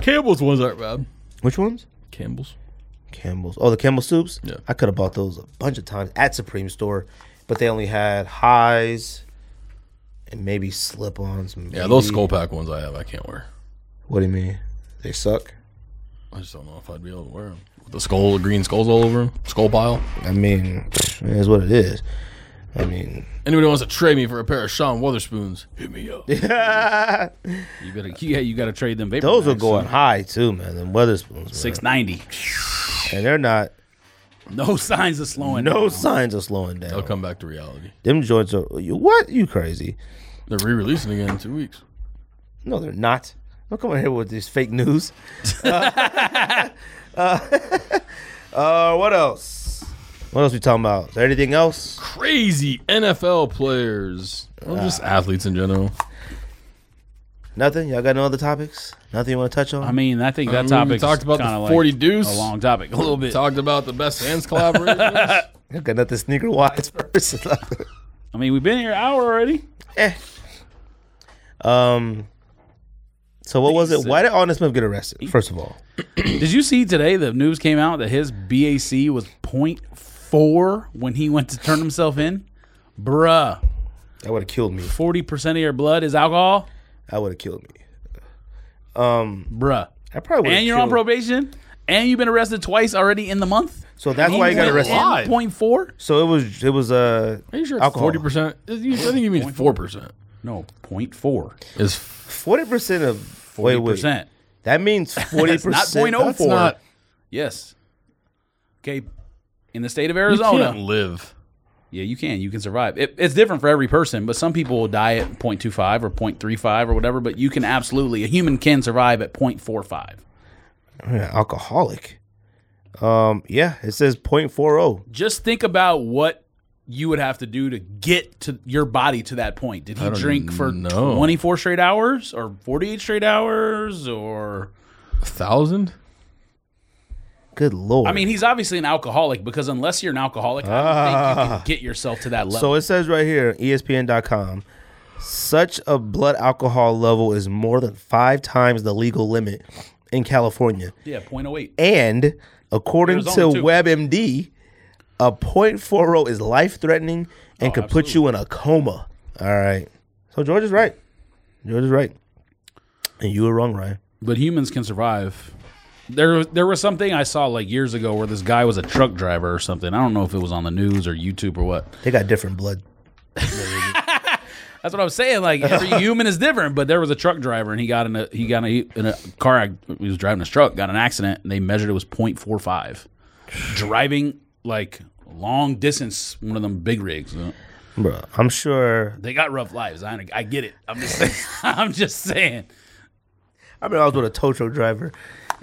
S3: Campbell's ones aren't bad.
S1: Which ones?
S3: Campbell's.
S1: Campbell's. Oh, the Campbell soups.
S3: Yeah.
S1: I could have bought those a bunch of times at Supreme Store, but they only had highs and maybe slip-ons.
S3: Yeah, those
S1: maybe.
S3: skull pack ones I have, I can't wear.
S1: What do you mean? They suck.
S3: I just don't know if I'd be able to wear them. With the skull, green skulls all over them, skull pile.
S1: I mean, it is what it is. I mean,
S3: Anybody wants to trade me for a pair of Sean Wotherspoons? Hit me up.
S2: You gotta, yeah, you gotta trade them. Vapor
S1: those are going high too, man. Them Weatherspoons,
S2: six ninety.
S1: and they're not.
S2: No signs of slowing.
S1: No
S2: down.
S1: signs of slowing down.
S3: They'll come back to reality.
S1: Them joints are. You, what? You crazy?
S3: They're re-releasing again in two weeks.
S1: No, they're not. Don't come in here with this fake news. Uh, uh, what else? What else we talking about? Is there anything else?
S3: Crazy NFL players, or just athletes in general.
S1: Nothing? Y'all got no other topics? Nothing you want to touch on?
S2: I mean, I think that
S3: I mean, we
S2: topic
S3: talked about the 40 deuce.
S2: a long topic, a little bit.
S3: Talked about the best hands collaborations.
S1: Y'all got nothing sneaker wise person.
S2: I mean, we've been here an hour already.
S1: Eh. Um. So what was it? Why did Arnold Smith get arrested? First of all,
S2: Did you see today? The news came out that his BAC was 0.4 when he went to turn himself in. Bruh,
S1: that would have killed me.
S2: forty percent of your blood is alcohol.
S1: That would have killed me.
S2: Bruh,
S1: I probably would.
S2: and you're on probation, and you've been arrested twice already in the month.
S1: So that's why he got arrested.
S3: Why?
S2: Point four?
S1: So it was. It was. Uh.
S3: Are you sure
S1: Alcohol.
S3: forty percent? I think you mean four percent.
S2: No, point four
S3: Is
S1: Forty percent of. Wait, wait.
S2: percent.
S1: That means forty
S2: That's not
S1: percent.
S2: 0.04.
S3: it's not?
S2: Yes. Okay. In the state of
S3: You
S2: Arizona,
S3: can't live.
S2: yeah, you can. You can survive. It, it's different for every person, but some people will die at 0.25 or 0.35 or whatever, but you can absolutely, a human can survive at 0.45.
S1: alcoholic. Um. Yeah. It says oh. 0.40.
S2: Just think about what you would have to do to get to your body to that point. Did he
S3: don't
S2: drink for
S3: know.
S2: 24 straight hours or 48 straight hours or.
S3: thousand?
S1: Good lord.
S2: I mean, he's obviously an alcoholic because unless you're an alcoholic, I don't think you
S3: Ah.
S2: can get yourself to that level.
S1: So it says right here, E ESPN.com, such a blood alcohol level is more than five times the legal limit in California.
S2: yeah, 0.08.
S1: And according
S2: Arizona,
S1: to
S2: too.
S1: WebMD, a .40 is life threatening
S2: Oh,
S1: and could put you in a coma. All right. So George is right. George is right. And you were wrong, Ryan.
S2: but humans can survive. There, there was something I saw like years ago where this guy was a truck driver or something. I don't know if it was on the news or YouTube or what.
S1: They got different blood.
S2: That's what I'm saying. Like every human is different, but there was a truck driver and he got in a he got in a, in a car. ac- He was driving his truck, got in an accident, and they measured it was 0.45. driving like long distance, one of them big rigs. uh,
S1: Bro, I'm sure.
S2: They got rough lives. I, I get it. I'm just saying. I'm just saying.
S1: I mean, I was with a tow truck driver,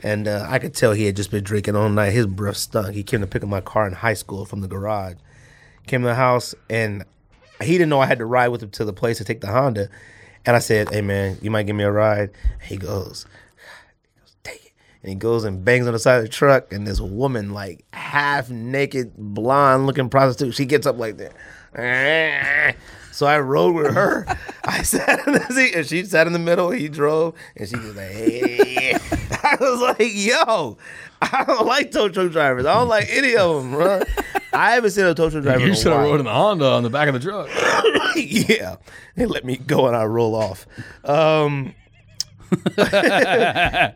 S1: and uh, I could tell he had just been drinking all night. His breath stunk. He came to pick up my car in high school from the garage. Came to the house, and he didn't know I had to ride with him to the place to take the Honda. And I said, "Hey man, you might give me a ride." He goes, he goes, "Take it," and he goes and bangs on the side of the truck. And this woman, like half naked, blonde looking prostitute, she gets up like that. So I rode with her. I sat in the seat, and she sat in the middle. He drove, and she was like, "Hey." I was like, "Yo, I don't like tow truck drivers. I don't like any of them, bro. I haven't seen a tow truck driver. in
S3: You
S1: a
S3: should have
S1: while."
S3: rode in the Honda on the back of the truck.
S1: yeah, they let me go and I roll off. Um,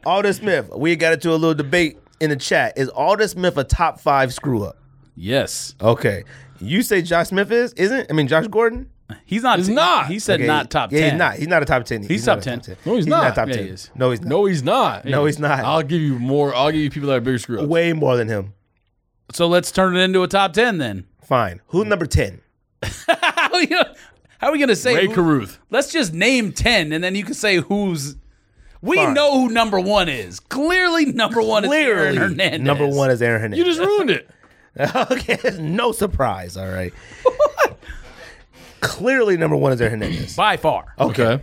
S1: Alden Smith, we got into a little debate in the chat. Is Alden Smith a top five screw up?
S2: Yes,
S1: Okay, you say Josh Smith is, isn't? I mean Josh Gordon.
S2: he's not.
S3: He's not.
S2: He said
S1: Okay,
S2: not top
S1: yeah,
S2: ten.
S1: he's not. He's not a top ten. He's,
S2: top
S1: not a
S2: 10.
S3: No, he's not.
S1: top
S2: Yeah,
S1: ten.
S2: he is.
S1: No, he's not.
S3: No, he's not.
S1: No, he's not.
S3: I'll give you more. I'll give you people that are bigger screw ups.
S1: Way more than him.
S2: So let's turn it into a top ten then.
S1: Fine. Who number ten?
S2: how, you gonna- how are we gonna say?
S3: Ray
S2: who-
S3: Caruth.
S2: let's just name ten, and then you can say who's. We
S1: Fine.
S2: know who number one is. Clearly, number one is Aaron Hernandez.
S1: number one is Aaron Hernandez.
S3: You just ruined it.
S1: Okay, it's no surprise. All right. Clearly, number one is Aaron Hernandez.
S2: by far.
S1: Okay.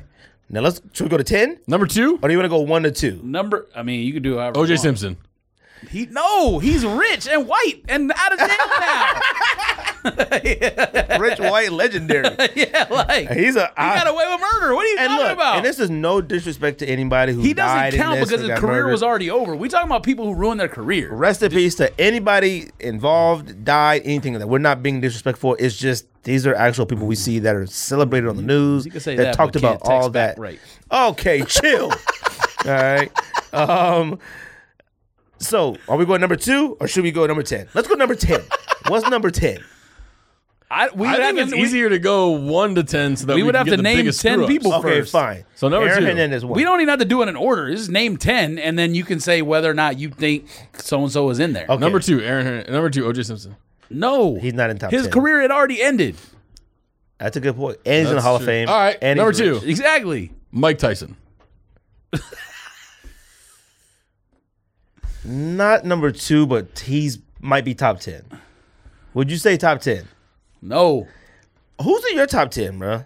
S1: Now let's should we go to ten,
S3: Number two,
S1: or do you want to go one to two?
S2: Number. I mean, you could do however. you
S3: OJ
S2: want.
S3: Simpson.
S2: He no, he's rich and white and out of jail now.
S1: Rich White, legendary.
S2: yeah, like he
S1: He's a. I,
S2: got away with murder. What are you
S1: and
S2: talking
S1: look,
S2: about?
S1: and this is no disrespect to anybody who
S2: he
S1: died
S2: doesn't
S1: in
S2: count
S1: this
S2: because
S1: or
S2: his
S1: got
S2: career
S1: murdered.
S2: was already over. We talking about people who ruined their career.
S1: Rest in peace to anybody involved, died, anything like that. We're not being disrespectful. It's just these are actual people we see that are celebrated on the news.
S2: You can say that,
S1: talked
S2: but can't
S1: about all
S2: text back
S1: that.
S2: right.
S1: Okay, chill. all right. Um. So, are we going number two or should we go number ten? Let's go number ten. What's number ten?
S2: I, we
S3: I
S2: would have
S3: think it's
S2: to, we,
S3: easier to go one to ten so that
S2: we
S3: we,
S2: would
S3: can
S2: have
S3: get
S2: to
S3: the
S2: name
S3: biggest
S2: 10
S3: screw-ups.
S2: people.
S1: Okay,
S2: first.
S1: fine.
S3: So number
S1: Aaron
S3: two.
S1: Hernandez won.
S2: we don't even have to do it in order. Just name ten, and then you can say whether or not you think so and so is in there.
S1: Okay.
S3: Number two, Aaron. Hernandez. Number two, OJ Simpson.
S2: No,
S1: He's not in top
S2: His
S1: 10.
S2: career had already ended.
S1: That's a good point. And he's in the
S3: That's
S1: Hall of
S3: true.
S1: Fame.
S3: All right,
S1: and
S3: number
S1: he's
S3: two.
S1: rich.
S2: Exactly.
S3: Mike Tyson.
S1: Not number two, but he's might be top ten. Would you say top ten?
S2: No,
S1: Who's in your top ten, bro?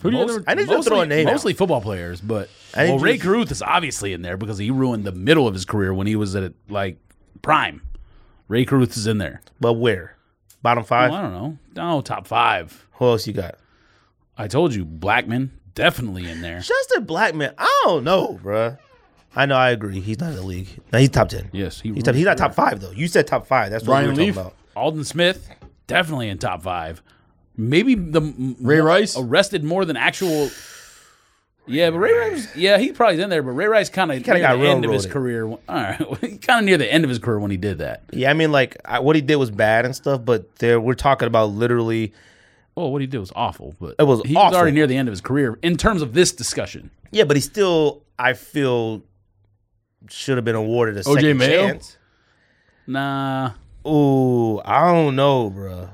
S3: Who do you
S2: Most-
S3: have?
S1: I
S3: number-
S1: need you to throw a name. out.
S2: mostly football players, but
S1: I
S2: well,
S1: think
S2: Ray
S1: just-
S2: Caruth is obviously in there because he ruined the middle of his career when he was at like prime. Ray Caruth is in there.
S1: But where? Bottom
S2: Oh,
S1: five.
S2: I don't know. No, top five.
S1: Who else you got?
S2: I told you, Blackman definitely in there.
S1: Justin Blackman. I don't know, bruh. I know. I agree. He's not in the league. No, he's top ten.
S2: Yes, he
S1: he's, top,
S2: ruined
S1: he's not top five though. You said top five. That's what
S3: Ryan
S1: we were talking
S3: Leaf?
S1: about.
S2: Alden Smith definitely in top five. Maybe the m-
S3: Ray Rice.
S2: arrested more than actual. Yeah, but Ray Rice, yeah, he probably's in there. But Ray Rice kind of
S1: kinda
S2: near
S1: got
S2: the end of his
S1: railroaded.
S2: career. All right, kind of near the end of his career when he did that.
S1: Yeah, I mean, like I, what he did was bad and stuff, but there we're talking about literally.
S2: Well, what he did was awful, but
S1: was
S2: he was
S1: awful.
S2: already near the end of his career in terms of this discussion.
S1: Yeah, but he still, I feel, should have been awarded a
S3: O.J.
S1: second
S3: Mayo?
S1: chance.
S2: Nah,
S1: Ooh, I don't know, bruh.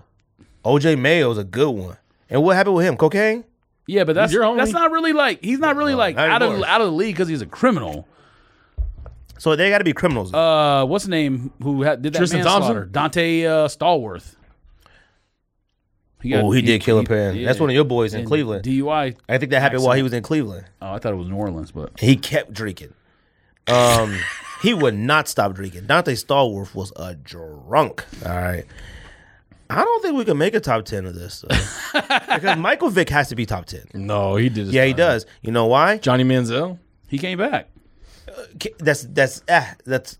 S1: OJ Mayo's a good one. And what happened with him? Cocaine?
S2: yeah, but that's
S3: your homie?
S2: that's not really like he's not really like
S1: not
S2: out of
S1: anymore.
S2: out of the league because he's a criminal.
S1: So they got to be criminals. though.
S2: Uh, what's the name who had, did that
S3: Tristan
S2: manslaughter?
S3: Thompson?
S2: Dante uh, Stallworth. got-
S1: oh, he, did kill a pan.
S2: yeah.
S1: That's one of your boys in
S2: And
S1: Cleveland.
S2: DUI.
S1: I think that happened while he was in Cleveland.
S2: Oh, I thought it was New Orleans, but
S1: He kept drinking. Um, he would not stop drinking. Dante Stallworth was a drunk. All right. I don't think we can make a top ten of this though. because Michael Vick has to be top ten.
S3: No, he did. his
S1: Yeah, he
S3: time.
S1: does. You know why?
S3: Johnny Manziel.
S2: he came back.
S1: K- that's that's ah, that's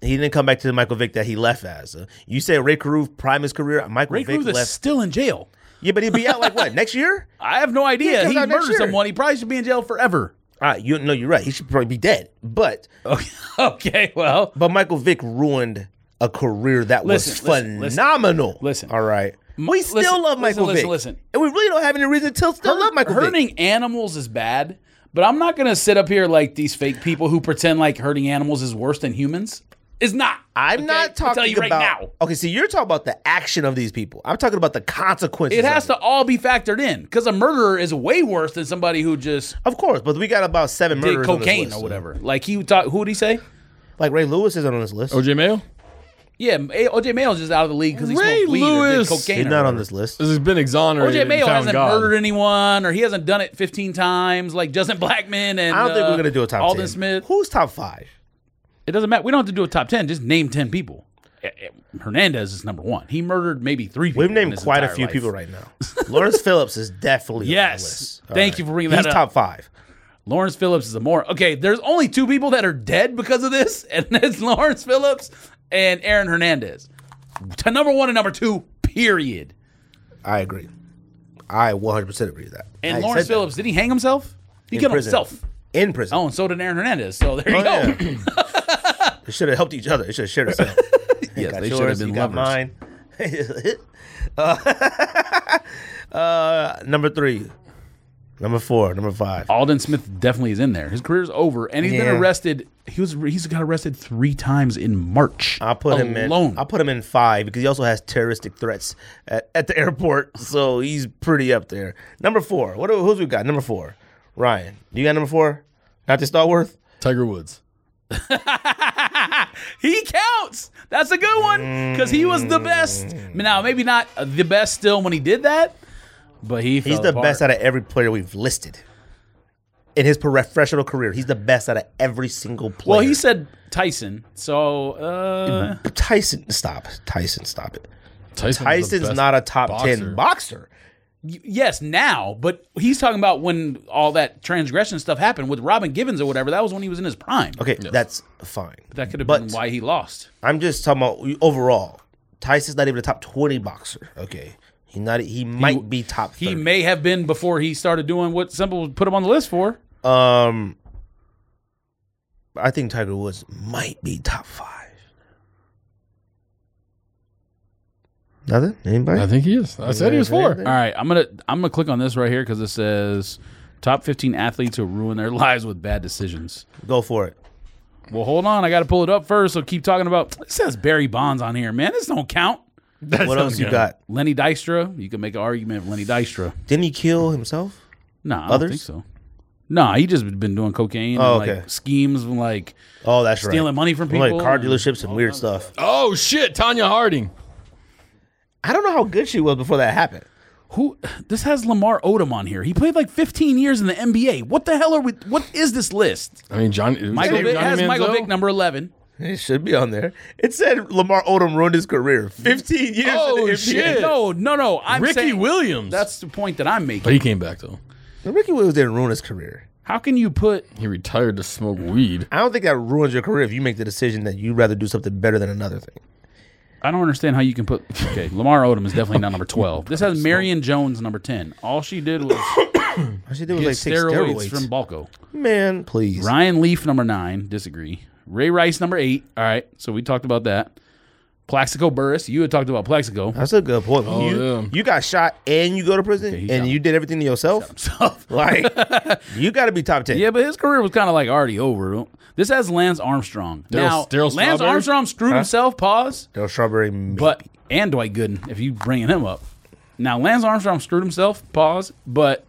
S1: he didn't come back to the Michael Vick that he left as. Uh, you say Ray Caruth prime his career, Michael
S2: Ray
S1: Vick
S2: Cruz is
S1: left.
S2: still in jail.
S1: yeah, but he'd be out like what next year?
S2: I have no idea.
S1: comes
S2: he
S1: out next
S2: murdered
S1: year.
S2: someone. He probably should be in jail forever.
S1: All right, Ah, you no, you're right. He should probably be dead. But
S2: Okay, okay well,
S1: but Michael Vick ruined a career that was
S2: Listen, listen, listen.
S1: phenomenal.
S2: Listen.
S1: all right, we still
S2: listen,
S1: love Michael
S2: listen,
S1: Vick.
S2: listen.
S1: and we really don't have any reason to still love Michael Vick.
S2: hurting animals is bad, but I'm not gonna sit up here like these fake people who pretend like hurting animals is worse than humans. It's not.
S1: I'm
S2: okay?
S1: not talking
S2: I'll tell you
S1: about
S2: right now.
S1: Okay, so you're talking about the action of these people. I'm talking about the consequences.
S2: It
S1: of
S2: has to all be factored in because a murderer is way worse than somebody who just
S1: of course. But we got about seven murders
S2: did
S1: on this
S2: cocaine
S1: list,
S2: or
S1: so-
S2: whatever. Like he thought, who would he say?
S1: Like Ray Lewis isn't on this list.
S3: OJ Mayo.
S2: Yeah, A- OJ Mayo's just out of the league because he
S3: Ray
S2: smoked weed or did
S3: Lewis.
S2: cocaine.
S1: He's
S2: or
S1: not on
S2: whatever.
S1: this list.
S3: This has been exonerated.
S2: OJ
S3: and
S2: Mayo
S3: found
S2: hasn't
S3: God.
S2: murdered anyone, or he hasn't done it 15 times like Justin Blackman and
S1: I don't think
S2: uh,
S1: we're gonna do a top
S2: Alden
S1: ten.
S2: Smith.
S1: Who's top five?
S2: It doesn't matter. We don't have to do a top 10. Just name 10 people. Eh, eh, Hernandez is number one. He murdered maybe three people.
S1: We've
S2: in
S1: named
S2: his
S1: quite a
S2: entire
S1: few
S2: life.
S1: people right now. Lawrence Phillips is definitely on
S2: Yes.
S1: the list.
S2: Thank you for bringing
S1: He's
S2: that up.
S1: top five.
S2: Lawrence Phillips is a more. Okay, there's only two people that are dead because of this, and that's Lawrence Phillips and Aaron Hernandez. To number one and number two, period.
S1: I agree. I 100 percent agree with that.
S2: And
S1: I
S2: Lawrence
S1: said that.
S2: Phillips, did he hang himself? He
S1: In
S2: killed
S1: prison.
S2: himself.
S1: in prison.
S2: Oh, and so did Aaron Hernandez. So there you
S1: Oh,
S2: go.
S1: yeah. They should have helped each other. They should have shared itself.
S2: Yes,
S1: got
S2: they should
S1: yours,
S2: have been
S1: you got
S2: lovers.
S1: mine. Uh, uh, number three, number four, number five.
S2: Alden Smith definitely is in there. His career's over, and he's
S1: Yeah.
S2: been arrested. He was he's got arrested three times in March.
S1: I'll put
S2: alone.
S1: him in. I'll put him in five because he also has terroristic threats at, at the airport, so he's pretty up there. Number four. What? do- Who's we got? Number four. Ryan, you got number four? Not this Stallworth.
S3: Tiger Woods.
S2: he counts. That's a good one because he was the best.
S1: Mm.
S2: Now maybe not the best still when he did that, but he
S1: He's
S2: fell
S1: the
S2: apart.
S1: best out of every player we've listed in his professional career. He's the best out of every single player.
S2: Well, he said Tyson, so uh,
S1: Tyson. Stop, Tyson. Stop it.
S3: Tyson was the
S1: Tyson's
S3: best
S1: not a top
S3: boxer.
S1: ten boxer.
S2: y- yes, now. But he's talking about when all that transgression stuff happened with Robin Givens or whatever. That was when he was in his prime.
S1: Okay, that's fine.
S2: That could have
S1: But-
S2: been why he lost.
S1: I'm just talking about overall. Tyson's not even a top twenty boxer. Okay, he not. He might be top. 30.
S2: He may have been before he started doing what Simple put him on the list for.
S1: Um, I think Tiger Woods might be top five. Nothing? Anybody?
S3: I think he is. I said he was four.
S2: All right, I'm gonna I'm gonna click on this right here because it says top 15 athletes who ruin their lives with bad decisions.
S1: Go for it.
S2: Well, hold on, I got to pull it up first. So keep talking about. It says Barry Bonds on here, man. This don't count.
S3: That
S1: What
S3: sounds
S1: else you
S3: good.
S1: got?
S2: Lenny Dykstra. You can make an argument for Lenny Dykstra.
S1: Didn't he kill himself?
S2: Nah, I
S1: Others?
S2: don't think so. Nah, he just been doing cocaine
S1: Oh,
S2: and
S1: okay.
S2: like schemes and like
S1: Oh, that's right.
S2: stealing money from people.
S1: like car
S2: and-
S1: dealerships and weird stuff.
S3: Oh shit, Tanya Harding.
S1: I don't know how good she was before that happened.
S2: Who this has Lamar Odom on here? He played like 15 years in the NBA. What the hell are we? What is this list?
S3: I mean, Johnny.
S2: Michael
S3: Johnny
S2: Vick has
S3: Manziel?
S2: Michael Vick number 11.
S1: It should be on there. It said Lamar Odom ruined his career. 15 years.
S3: Oh,
S1: in the NBA.
S3: shit.
S2: No, no, no. I'm
S3: Ricky
S2: saying-
S3: Williams.
S2: That's the point that I'm making.
S3: But he came back though.
S1: Ricky Williams didn't ruin his career.
S2: How can you put?
S3: He retired to smoke weed.
S1: I don't think that ruins your career if you make the decision that you'd rather do something better than another thing.
S2: I don't understand how you can put. Okay, Lamar Odom is definitely not number 12. This has Marion Jones number 10. All she did was
S1: All she did was
S2: get
S1: like take
S2: steroids,
S1: steroids.
S2: from Balco.
S1: Man, please.
S2: Ryan Leaf number nine. Disagree. Ray Rice number eight. All right, so we talked about that. Plaxico Burris. You had talked about Plaxico.
S1: That's a good point. you,
S3: yeah.
S1: you got shot and you go to prison
S2: Oh, he
S1: and
S2: shot
S1: you did everything to yourself. Like, you got to be top 10.
S2: Yeah, but his career was kind of like already over. This has Lance Armstrong. now,
S3: Daryl
S2: Lance
S3: Strawberry?
S2: Armstrong screwed himself. Pause.
S1: Daryl Strawberry. maybe.
S2: But and Dwight Gooden, if you bringing him up. Now Lance Armstrong screwed himself. Pause. But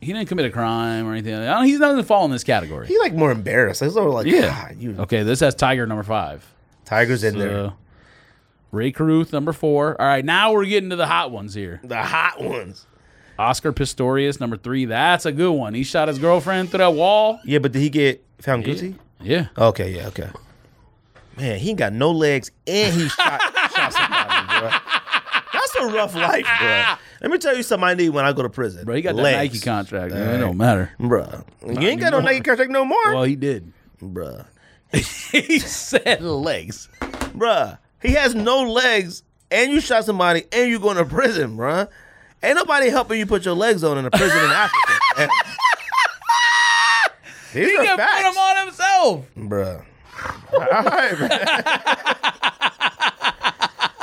S2: he didn't commit a crime or anything. I don't- He's not going to fall in this category.
S1: he like more embarrassed. It's sort of like,
S2: Yeah.
S1: God, you
S2: Okay, this has Tiger number five.
S1: Tiger's in there.
S2: Uh, Ray Caruth number four. All right, now we're getting to the hot ones here.
S1: The hot ones.
S2: Oscar Pistorius number three. That's a good one. He shot his girlfriend through that wall.
S1: Yeah, but did he get found guilty?
S2: Yeah.
S1: Okay, yeah, okay. Man, he got no legs and he shot, shot somebody, bro. That's a rough life, bro. Let me tell you something I need when I go to prison.
S2: Bro, he got that
S1: legs.
S2: Nike contract. man. It don't matter.
S1: Bro, you ain't got no Nike contract no more.
S2: Well, he did.
S1: Bruh.
S2: he said legs.
S1: Bruh. He has no legs and you shot somebody and you going to prison, bruh. Ain't nobody helping you put your legs on in a prison in Africa. man. These
S2: He
S1: are
S2: can put
S1: facts.
S2: them on himself.
S1: Bruh. All right, man. All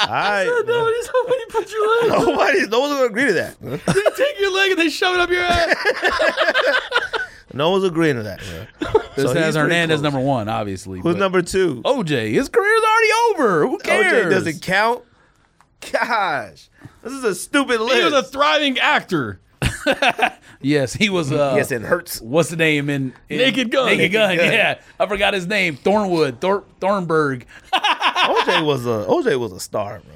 S1: right. man.
S2: Nobody's hoping you put your leg.
S1: Nobody's, no one's gonna agree to that.
S2: They take your leg and they shove it up your ass.
S1: No one's agreeing to that. bruh.
S2: This
S1: So he's
S2: has
S1: pretty
S2: Hernandez
S1: close.
S2: number one, obviously.
S1: Who's
S2: but-
S1: number two?
S2: OJ? His career's already over. Who cares?
S1: OJ doesn't count. Gosh, this is a stupid list.
S3: He was a thriving actor.
S2: yes, he was. Uh,
S1: yes, it hurts.
S2: what's the name in, in
S3: Naked Gun.
S2: Naked Gun.
S1: Naked Gun.
S2: Yeah, I forgot his name. Thornwood, Thor- Thornburg.
S1: OJ was a OJ was a star, bro.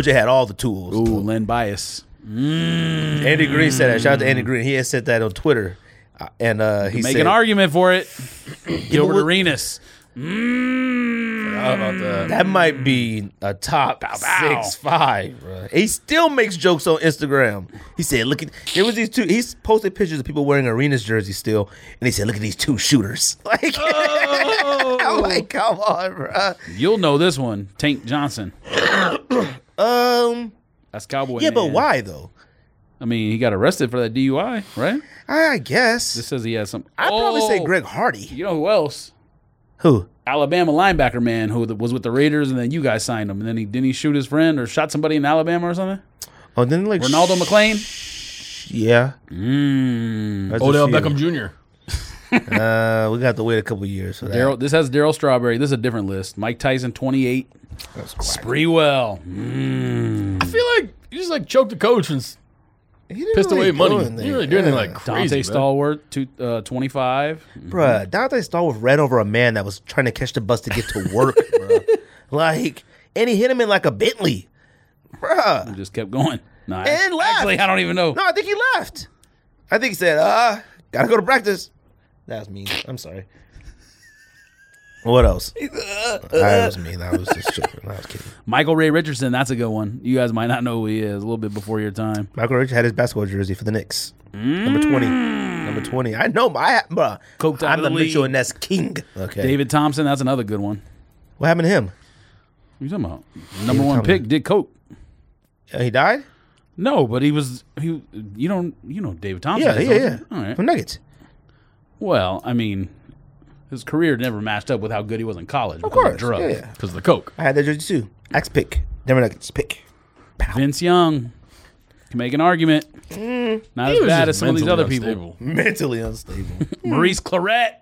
S1: OJ had all the tools.
S2: Ooh, Len Bias.
S1: Andy Green said that.
S2: Mm.
S1: Shout out to Andy Green. He had said that on Twitter, Uh, and uh, he
S2: Make
S1: said,
S2: an argument for it. Gilbert
S1: what-
S2: Arenas.
S3: How about that?
S1: That might be a top
S2: bow.
S1: six five. Bro. He still makes jokes on Instagram. He said, "Look at there was these two. He's posted pictures of people wearing arenas jersey still, and he said, "Look at these two shooters." Like,
S3: Oh.
S1: I'm like, come on, bro.
S2: You'll know this one. Tank Johnson.
S1: Um,
S2: That's Cowboy.
S1: yeah, but
S2: Man.
S1: why though?
S2: I mean, he got arrested for that DUI, right?
S1: I guess
S2: This says he has some.
S1: I'd probably say
S2: Oh!
S1: Greg Hardy.
S2: You know who else?
S1: Who?
S2: Alabama linebacker man who was with the Raiders, and then you guys signed him, and then he didn't he shoot his friend or shot somebody in Alabama or something?
S1: Oh, then like
S2: Ronaldo McLean.
S1: Yeah.
S2: Mm.
S1: That's
S3: Odell
S1: just you.
S3: Beckham Jr.
S1: Uh, we got to wait a couple years for that.
S2: Daryl, this has Daryl Strawberry. This is a different list. Mike Tyson, twenty-eight.
S1: That's quack.
S2: Sprewell.
S3: I feel like you just like choked the coach and s-
S1: He didn't
S3: pissed
S1: really
S3: away
S1: do
S3: money. You
S1: anything.
S3: didn't really do anything
S1: Yeah.
S3: like crazy.
S2: Dante
S3: man.
S2: Stallworth, two, uh, twenty-five.
S1: Bruh, Dante Stallworth ran over a man that was trying to catch the bus to get to work, bruh. Like, and he hit him in like a Bentley. Bruh.
S2: Just kept going. No, I-
S1: And left.
S2: actually, I don't even know.
S1: No, I think he left. I think he said, uh, gotta go to practice. That was mean. I'm sorry. What else? that was mean. That was just joking. I was kidding.
S2: Michael Ray Richardson. That's a good one. You guys might not know who he is. A little bit before your time.
S1: Michael Richard had his basketball jersey for the Knicks. Number 20.
S2: Mm.
S1: Number 20. I know, my, bruh.
S2: Coked out
S1: I'm
S2: of
S1: the
S2: the league.
S1: Mitchell and Ness king. Okay.
S2: David Thompson. That's another good one.
S1: What happened to him?
S2: What are you talking about? Number one
S1: Thompson.
S2: pick, Dick Coke.
S1: Uh, He died?
S2: No, but he was he. You don't you know David Thompson?
S1: Yeah, yeah, yeah.
S2: All right.
S1: From Nuggets.
S2: Well, I mean, his career never matched up with how good he was in college. Of
S1: course,
S2: drugs.
S1: yeah, yeah.
S3: because of the coke.
S1: I had that jersey too. Axe pick. Denver Nuggets pick.
S2: Vince Young can make an argument.
S1: Mm.
S2: Not as
S3: was
S2: bad
S3: just
S2: as some of these
S3: mentally
S2: other people.
S3: unstable.
S1: Mentally unstable.
S2: Maurice Claret.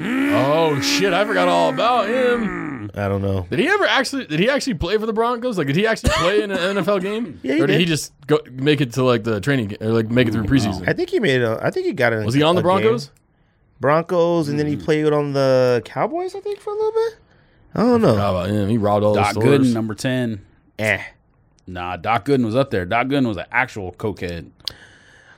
S3: Oh shit! I forgot all about him.
S1: I don't know.
S3: Did he ever actually? Did he actually play for the Broncos? Like, did he actually play in an NFL game?
S1: Yeah, he
S3: or did,
S1: did.
S3: he just go make it to like the training ga- or like make it through preseason?
S1: I think he made. A, I think he got it.
S3: Was he on the Broncos? Hmm.
S1: Broncos, and then he played on the Cowboys. I think for a little bit. I don't know.
S3: How about him? He robbed all
S2: Doc
S3: the stores.
S2: Gooden, number ten.
S1: Eh.
S2: Nah, Doc Gooden was up there. Doc Gooden was an actual cokehead.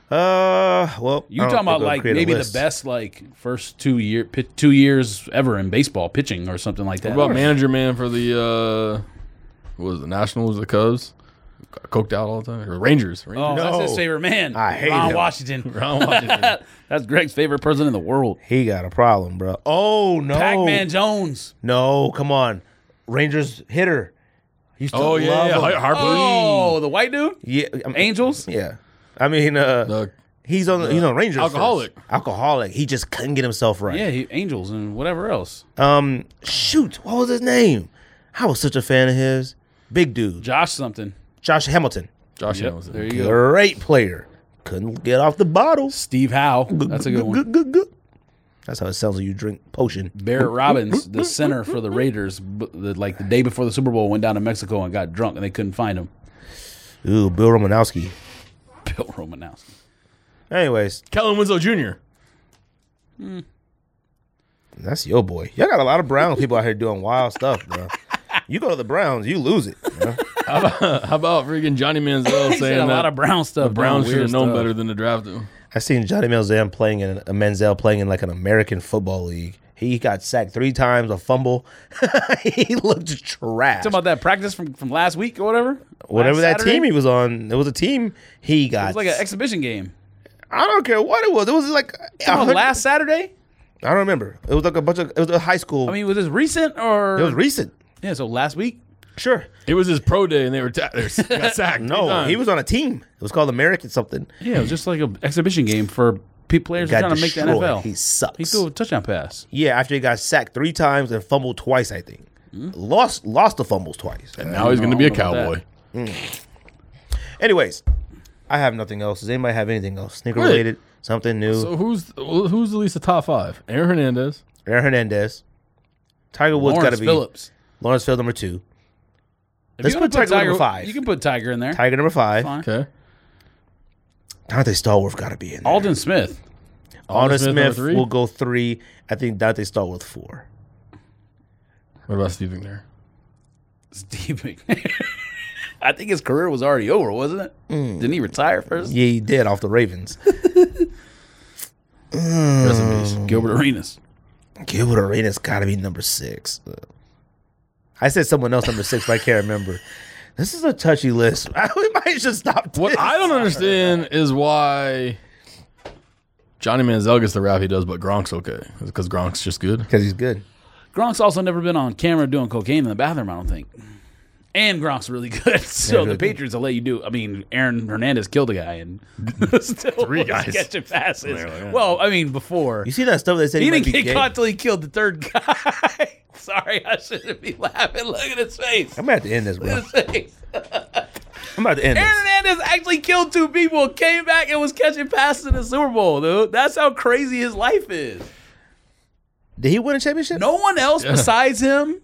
S1: Uh. Well,
S2: You
S1: I don't think
S2: talking about
S1: I'll
S2: like
S1: create a
S2: maybe the
S1: list.
S2: best like first two year pi two years ever in baseball pitching or something like that.
S3: What about manager man for the uh, what was it, the Nationals, the Cubs? Coked out all the time. Or Rangers. Rangers.
S2: Oh, that's his
S1: No.
S2: favorite man.
S1: I hate
S2: Ron
S1: him.
S2: Washington.
S3: Ron Washington.
S2: That's Greg's favorite person in the world.
S1: He got a problem, bro. Oh no.
S2: Pac-Man Jones.
S1: No, come on. Rangers hitter. Used to
S3: Oh yeah,
S1: love
S3: yeah.
S1: him.
S3: Har- Harper.
S2: Oh, the white dude?
S1: yeah. I'm-
S2: Angels?
S1: Yeah. I mean, uh,
S3: The-
S1: he's on. he's on Rangers. first.
S3: Alcoholic.
S1: Alcoholic. He just couldn't get himself right.
S2: Yeah, he, Angels and whatever else.
S1: Um, shoot, what was his name? I was such a fan of his. Big dude,
S2: Josh something.
S1: Josh Hamilton,
S3: Josh
S2: Yep,
S3: Hamilton.
S2: there you go.
S1: great player. Couldn't get off the bottle.
S2: Steve Howe. That's a good one.
S1: That's how it sounds when you drink potion.
S2: Barrett Robbins, the center for the Raiders, b- the, like the day before the Super Bowl, went down to Mexico and got drunk, and they couldn't find him.
S1: Ooh, Bill Romanowski.
S2: Bill Romanowski.
S1: Anyways,
S3: Kellen Winslow Jr.
S1: that's your boy. Y'all got a lot of Browns people out here doing wild stuff, bro. You go to the Browns, you lose it. bro.
S3: How about freaking Johnny Manziel
S2: He said
S3: saying
S2: a lot
S3: that
S2: of Brown stuff.
S3: the Browns
S2: Brown
S3: should
S2: weird
S3: have known
S2: stuff.
S3: better than to draft him?
S1: I seen Johnny Manziel playing in a Manziel playing in like an American football league. He got sacked three times, a fumble. he looked trash.
S2: Talking about that practice from, from last week or whatever.
S1: whatever
S2: Last
S1: that
S2: Saturday?
S1: team he was on, it was a team he got.
S2: It was like an exhibition game.
S1: I don't care what it was. It was like a
S2: Oh,
S1: hundred-
S2: last Saturday?
S1: I don't remember. It was like a bunch of. It was a high school.
S2: I mean, was this recent or?
S1: it was recent.
S2: yeah, so last week.
S1: Sure.
S3: It was his pro day, and they were ta- they got sacked.
S1: No, he was on a team. It was called American something.
S2: Yeah, it was just like an exhibition game for pe- players who are
S1: Got
S2: trying to make the
S1: destroyed.
S2: NFL.
S1: He sucks.
S2: He threw a touchdown pass.
S1: yeah, after he got sacked three times and fumbled twice, I think.
S2: Hmm?
S1: Lost lost the fumbles twice.
S3: Now he's going to be a
S2: I don't know
S3: cowboy.
S2: about
S1: Anyways, I have nothing else. Does anybody have anything else sneaker
S3: Wait.
S1: related? Something new?
S3: So who's who's at least the top five? Aaron Hernandez.
S1: Aaron Hernandez, Tiger Woods got
S2: Lawrence
S1: to be
S2: Phillips.
S1: Lawrence Field number two,
S2: If
S1: Let's
S2: you wanna
S1: put Tiger number five.
S2: You can put Tiger in there.
S1: Tiger number five.
S2: Fine.
S3: Okay.
S1: Dante Stallworth got to be in. There.
S2: Alden Smith.
S1: Alden
S3: Smith,
S1: Smith,
S3: number three?
S1: will go three. I think Dante Stallworth four.
S3: What about Steve McNair?
S2: Steve McNair. I think his career was already over, wasn't it? Didn't he retire first?
S1: Yeah, he did off the Ravens.
S2: Rest in peace. Gilbert Arenas.
S1: Gilbert Arenas gotta be number six. I said someone else number six, but I can't remember. This is a touchy list. we might just stop.
S3: What
S1: this.
S3: I don't understand is why Johnny Manziel gets the rap he does, but Gronk's okay. Because Gronk's just good.
S1: because he's good.
S2: Gronk's also never been on camera doing cocaine in the bathroom, I don't think. And Gronk's really good. So
S1: really
S2: the
S1: good.
S2: Patriots will let you do I mean, Aaron Hernandez killed a guy and still three
S3: guys.
S2: catching passes.
S3: like, yeah.
S2: Well, I mean before.
S1: You see that stuff they said
S2: He
S1: might
S2: didn't
S1: be
S2: get
S1: gay?
S2: caught till he killed the third guy. Sorry, I shouldn't be laughing. Look at his face.
S1: I'm about to end this, bro.
S2: His face.
S1: I'm about to end
S2: Aaron
S1: this.
S2: Hernandez actually killed two people, came back and was catching passes in the Super Bowl, dude. That's how crazy his life is.
S1: Did he win a championship?
S2: No one else besides him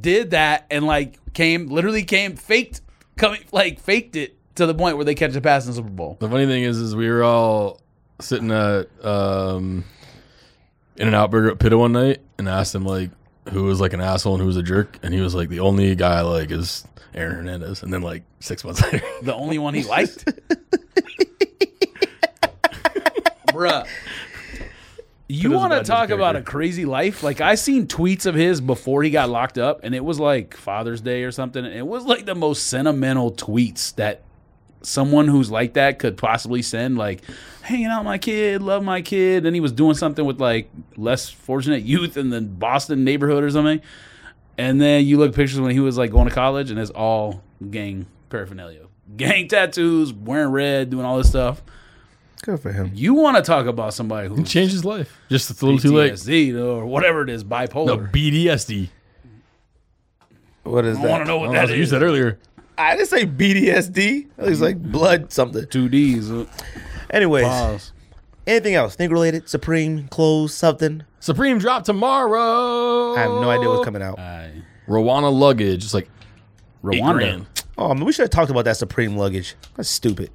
S2: did that and like came literally came faked coming like faked it to the point where they catch a pass in the Super Bowl.
S3: The funny thing is, is we were all sitting at um, In and Out Burger at Pitta one night, and asked him like who was like an asshole and who was a jerk, and he was like the only guy I like is Aaron Hernandez, and then like six months later,
S2: The only one he liked. Bruh. You
S3: Put us
S2: want to
S3: back to
S2: talk
S3: the
S2: about a
S3: character.
S2: crazy life? Like I seen tweets of his before he got locked up, and it was like Father's Day or something. And it was like the most sentimental tweets that someone who's like that could possibly send. Like hanging out with my kid, love my kid. Then he was doing something with like less fortunate youth in the Boston neighborhood or something. And then you look at pictures when he was like going to college, and it's all gang paraphernalia, gang tattoos, wearing red, doing all this stuff.
S1: Good for him.
S2: You want to talk about somebody who
S3: changed his life. Just a little too late.
S2: PTSD or whatever it is,
S3: No
S2: bipolar.
S3: BDSD.
S1: What is
S2: I want to
S1: that?
S2: know what
S3: I
S2: Oh, that
S3: was- you
S2: is.
S3: said earlier.
S1: I didn't say BDSD. It was like blood something.
S2: Two D's. uh,
S1: Anyways,
S2: Pause.
S1: anything else? Think related? Supreme, clothes, something?
S3: Supreme drop tomorrow.
S1: I have no idea what's coming out.
S2: I-
S3: Rowana luggage. It's like eight
S2: Rwanda.
S3: grand.
S1: Oh, man, we should have talked about that Supreme luggage. That's stupid.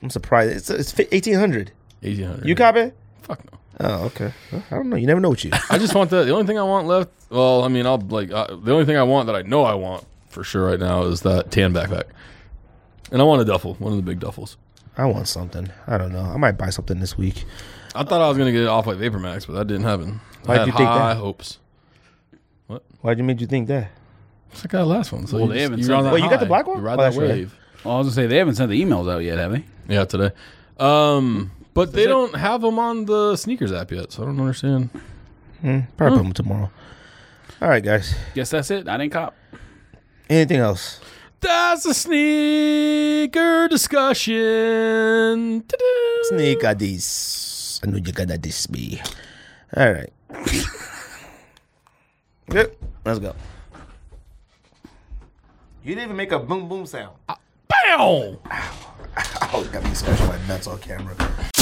S1: I'm surprised. It's, it's fi- 1800.
S3: 1800.
S1: You copy?
S3: Fuck no.
S1: Oh, okay. Well, I don't know. You never know what you.
S3: I just want that. The only thing I want left. Well, I mean, I'll like uh, the only thing I want that I know I want for sure right now is that tan backpack, and I want a duffel, one of the big duffels.
S1: I want something. I don't know. I might buy something this week.
S3: I thought I was gonna get it off like Vapor Max, but that didn't happen. I
S1: Why'd
S3: had
S1: you think
S3: high
S1: that?
S3: hopes.
S1: Why'd you make you think that?
S3: It's like that last one. So
S2: Well, they
S3: you, just-
S2: haven't
S3: you
S2: said
S3: ride
S2: that.
S3: that
S1: Wait, you got the
S3: high.
S1: black one?
S3: You ride
S1: Oh,
S3: that
S1: that way.
S3: wave.
S2: Well, I was gonna say they haven't sent the emails out yet, have they?
S3: Yeah, today. Um, but they don't have them on the sneakers app yet, so I don't understand.
S1: Probably put 'em tomorrow. All right, guys.
S2: Guess that's it. I didn't cop.
S1: Anything else?
S3: That's a sneaker discussion. Ta-da.
S1: Sneak at this. I know you gonna diss me. All right. Yep. Let's go. You didn't even make a boom boom sound.
S3: Bow.
S1: Oh, got me scratching my nuts on camera.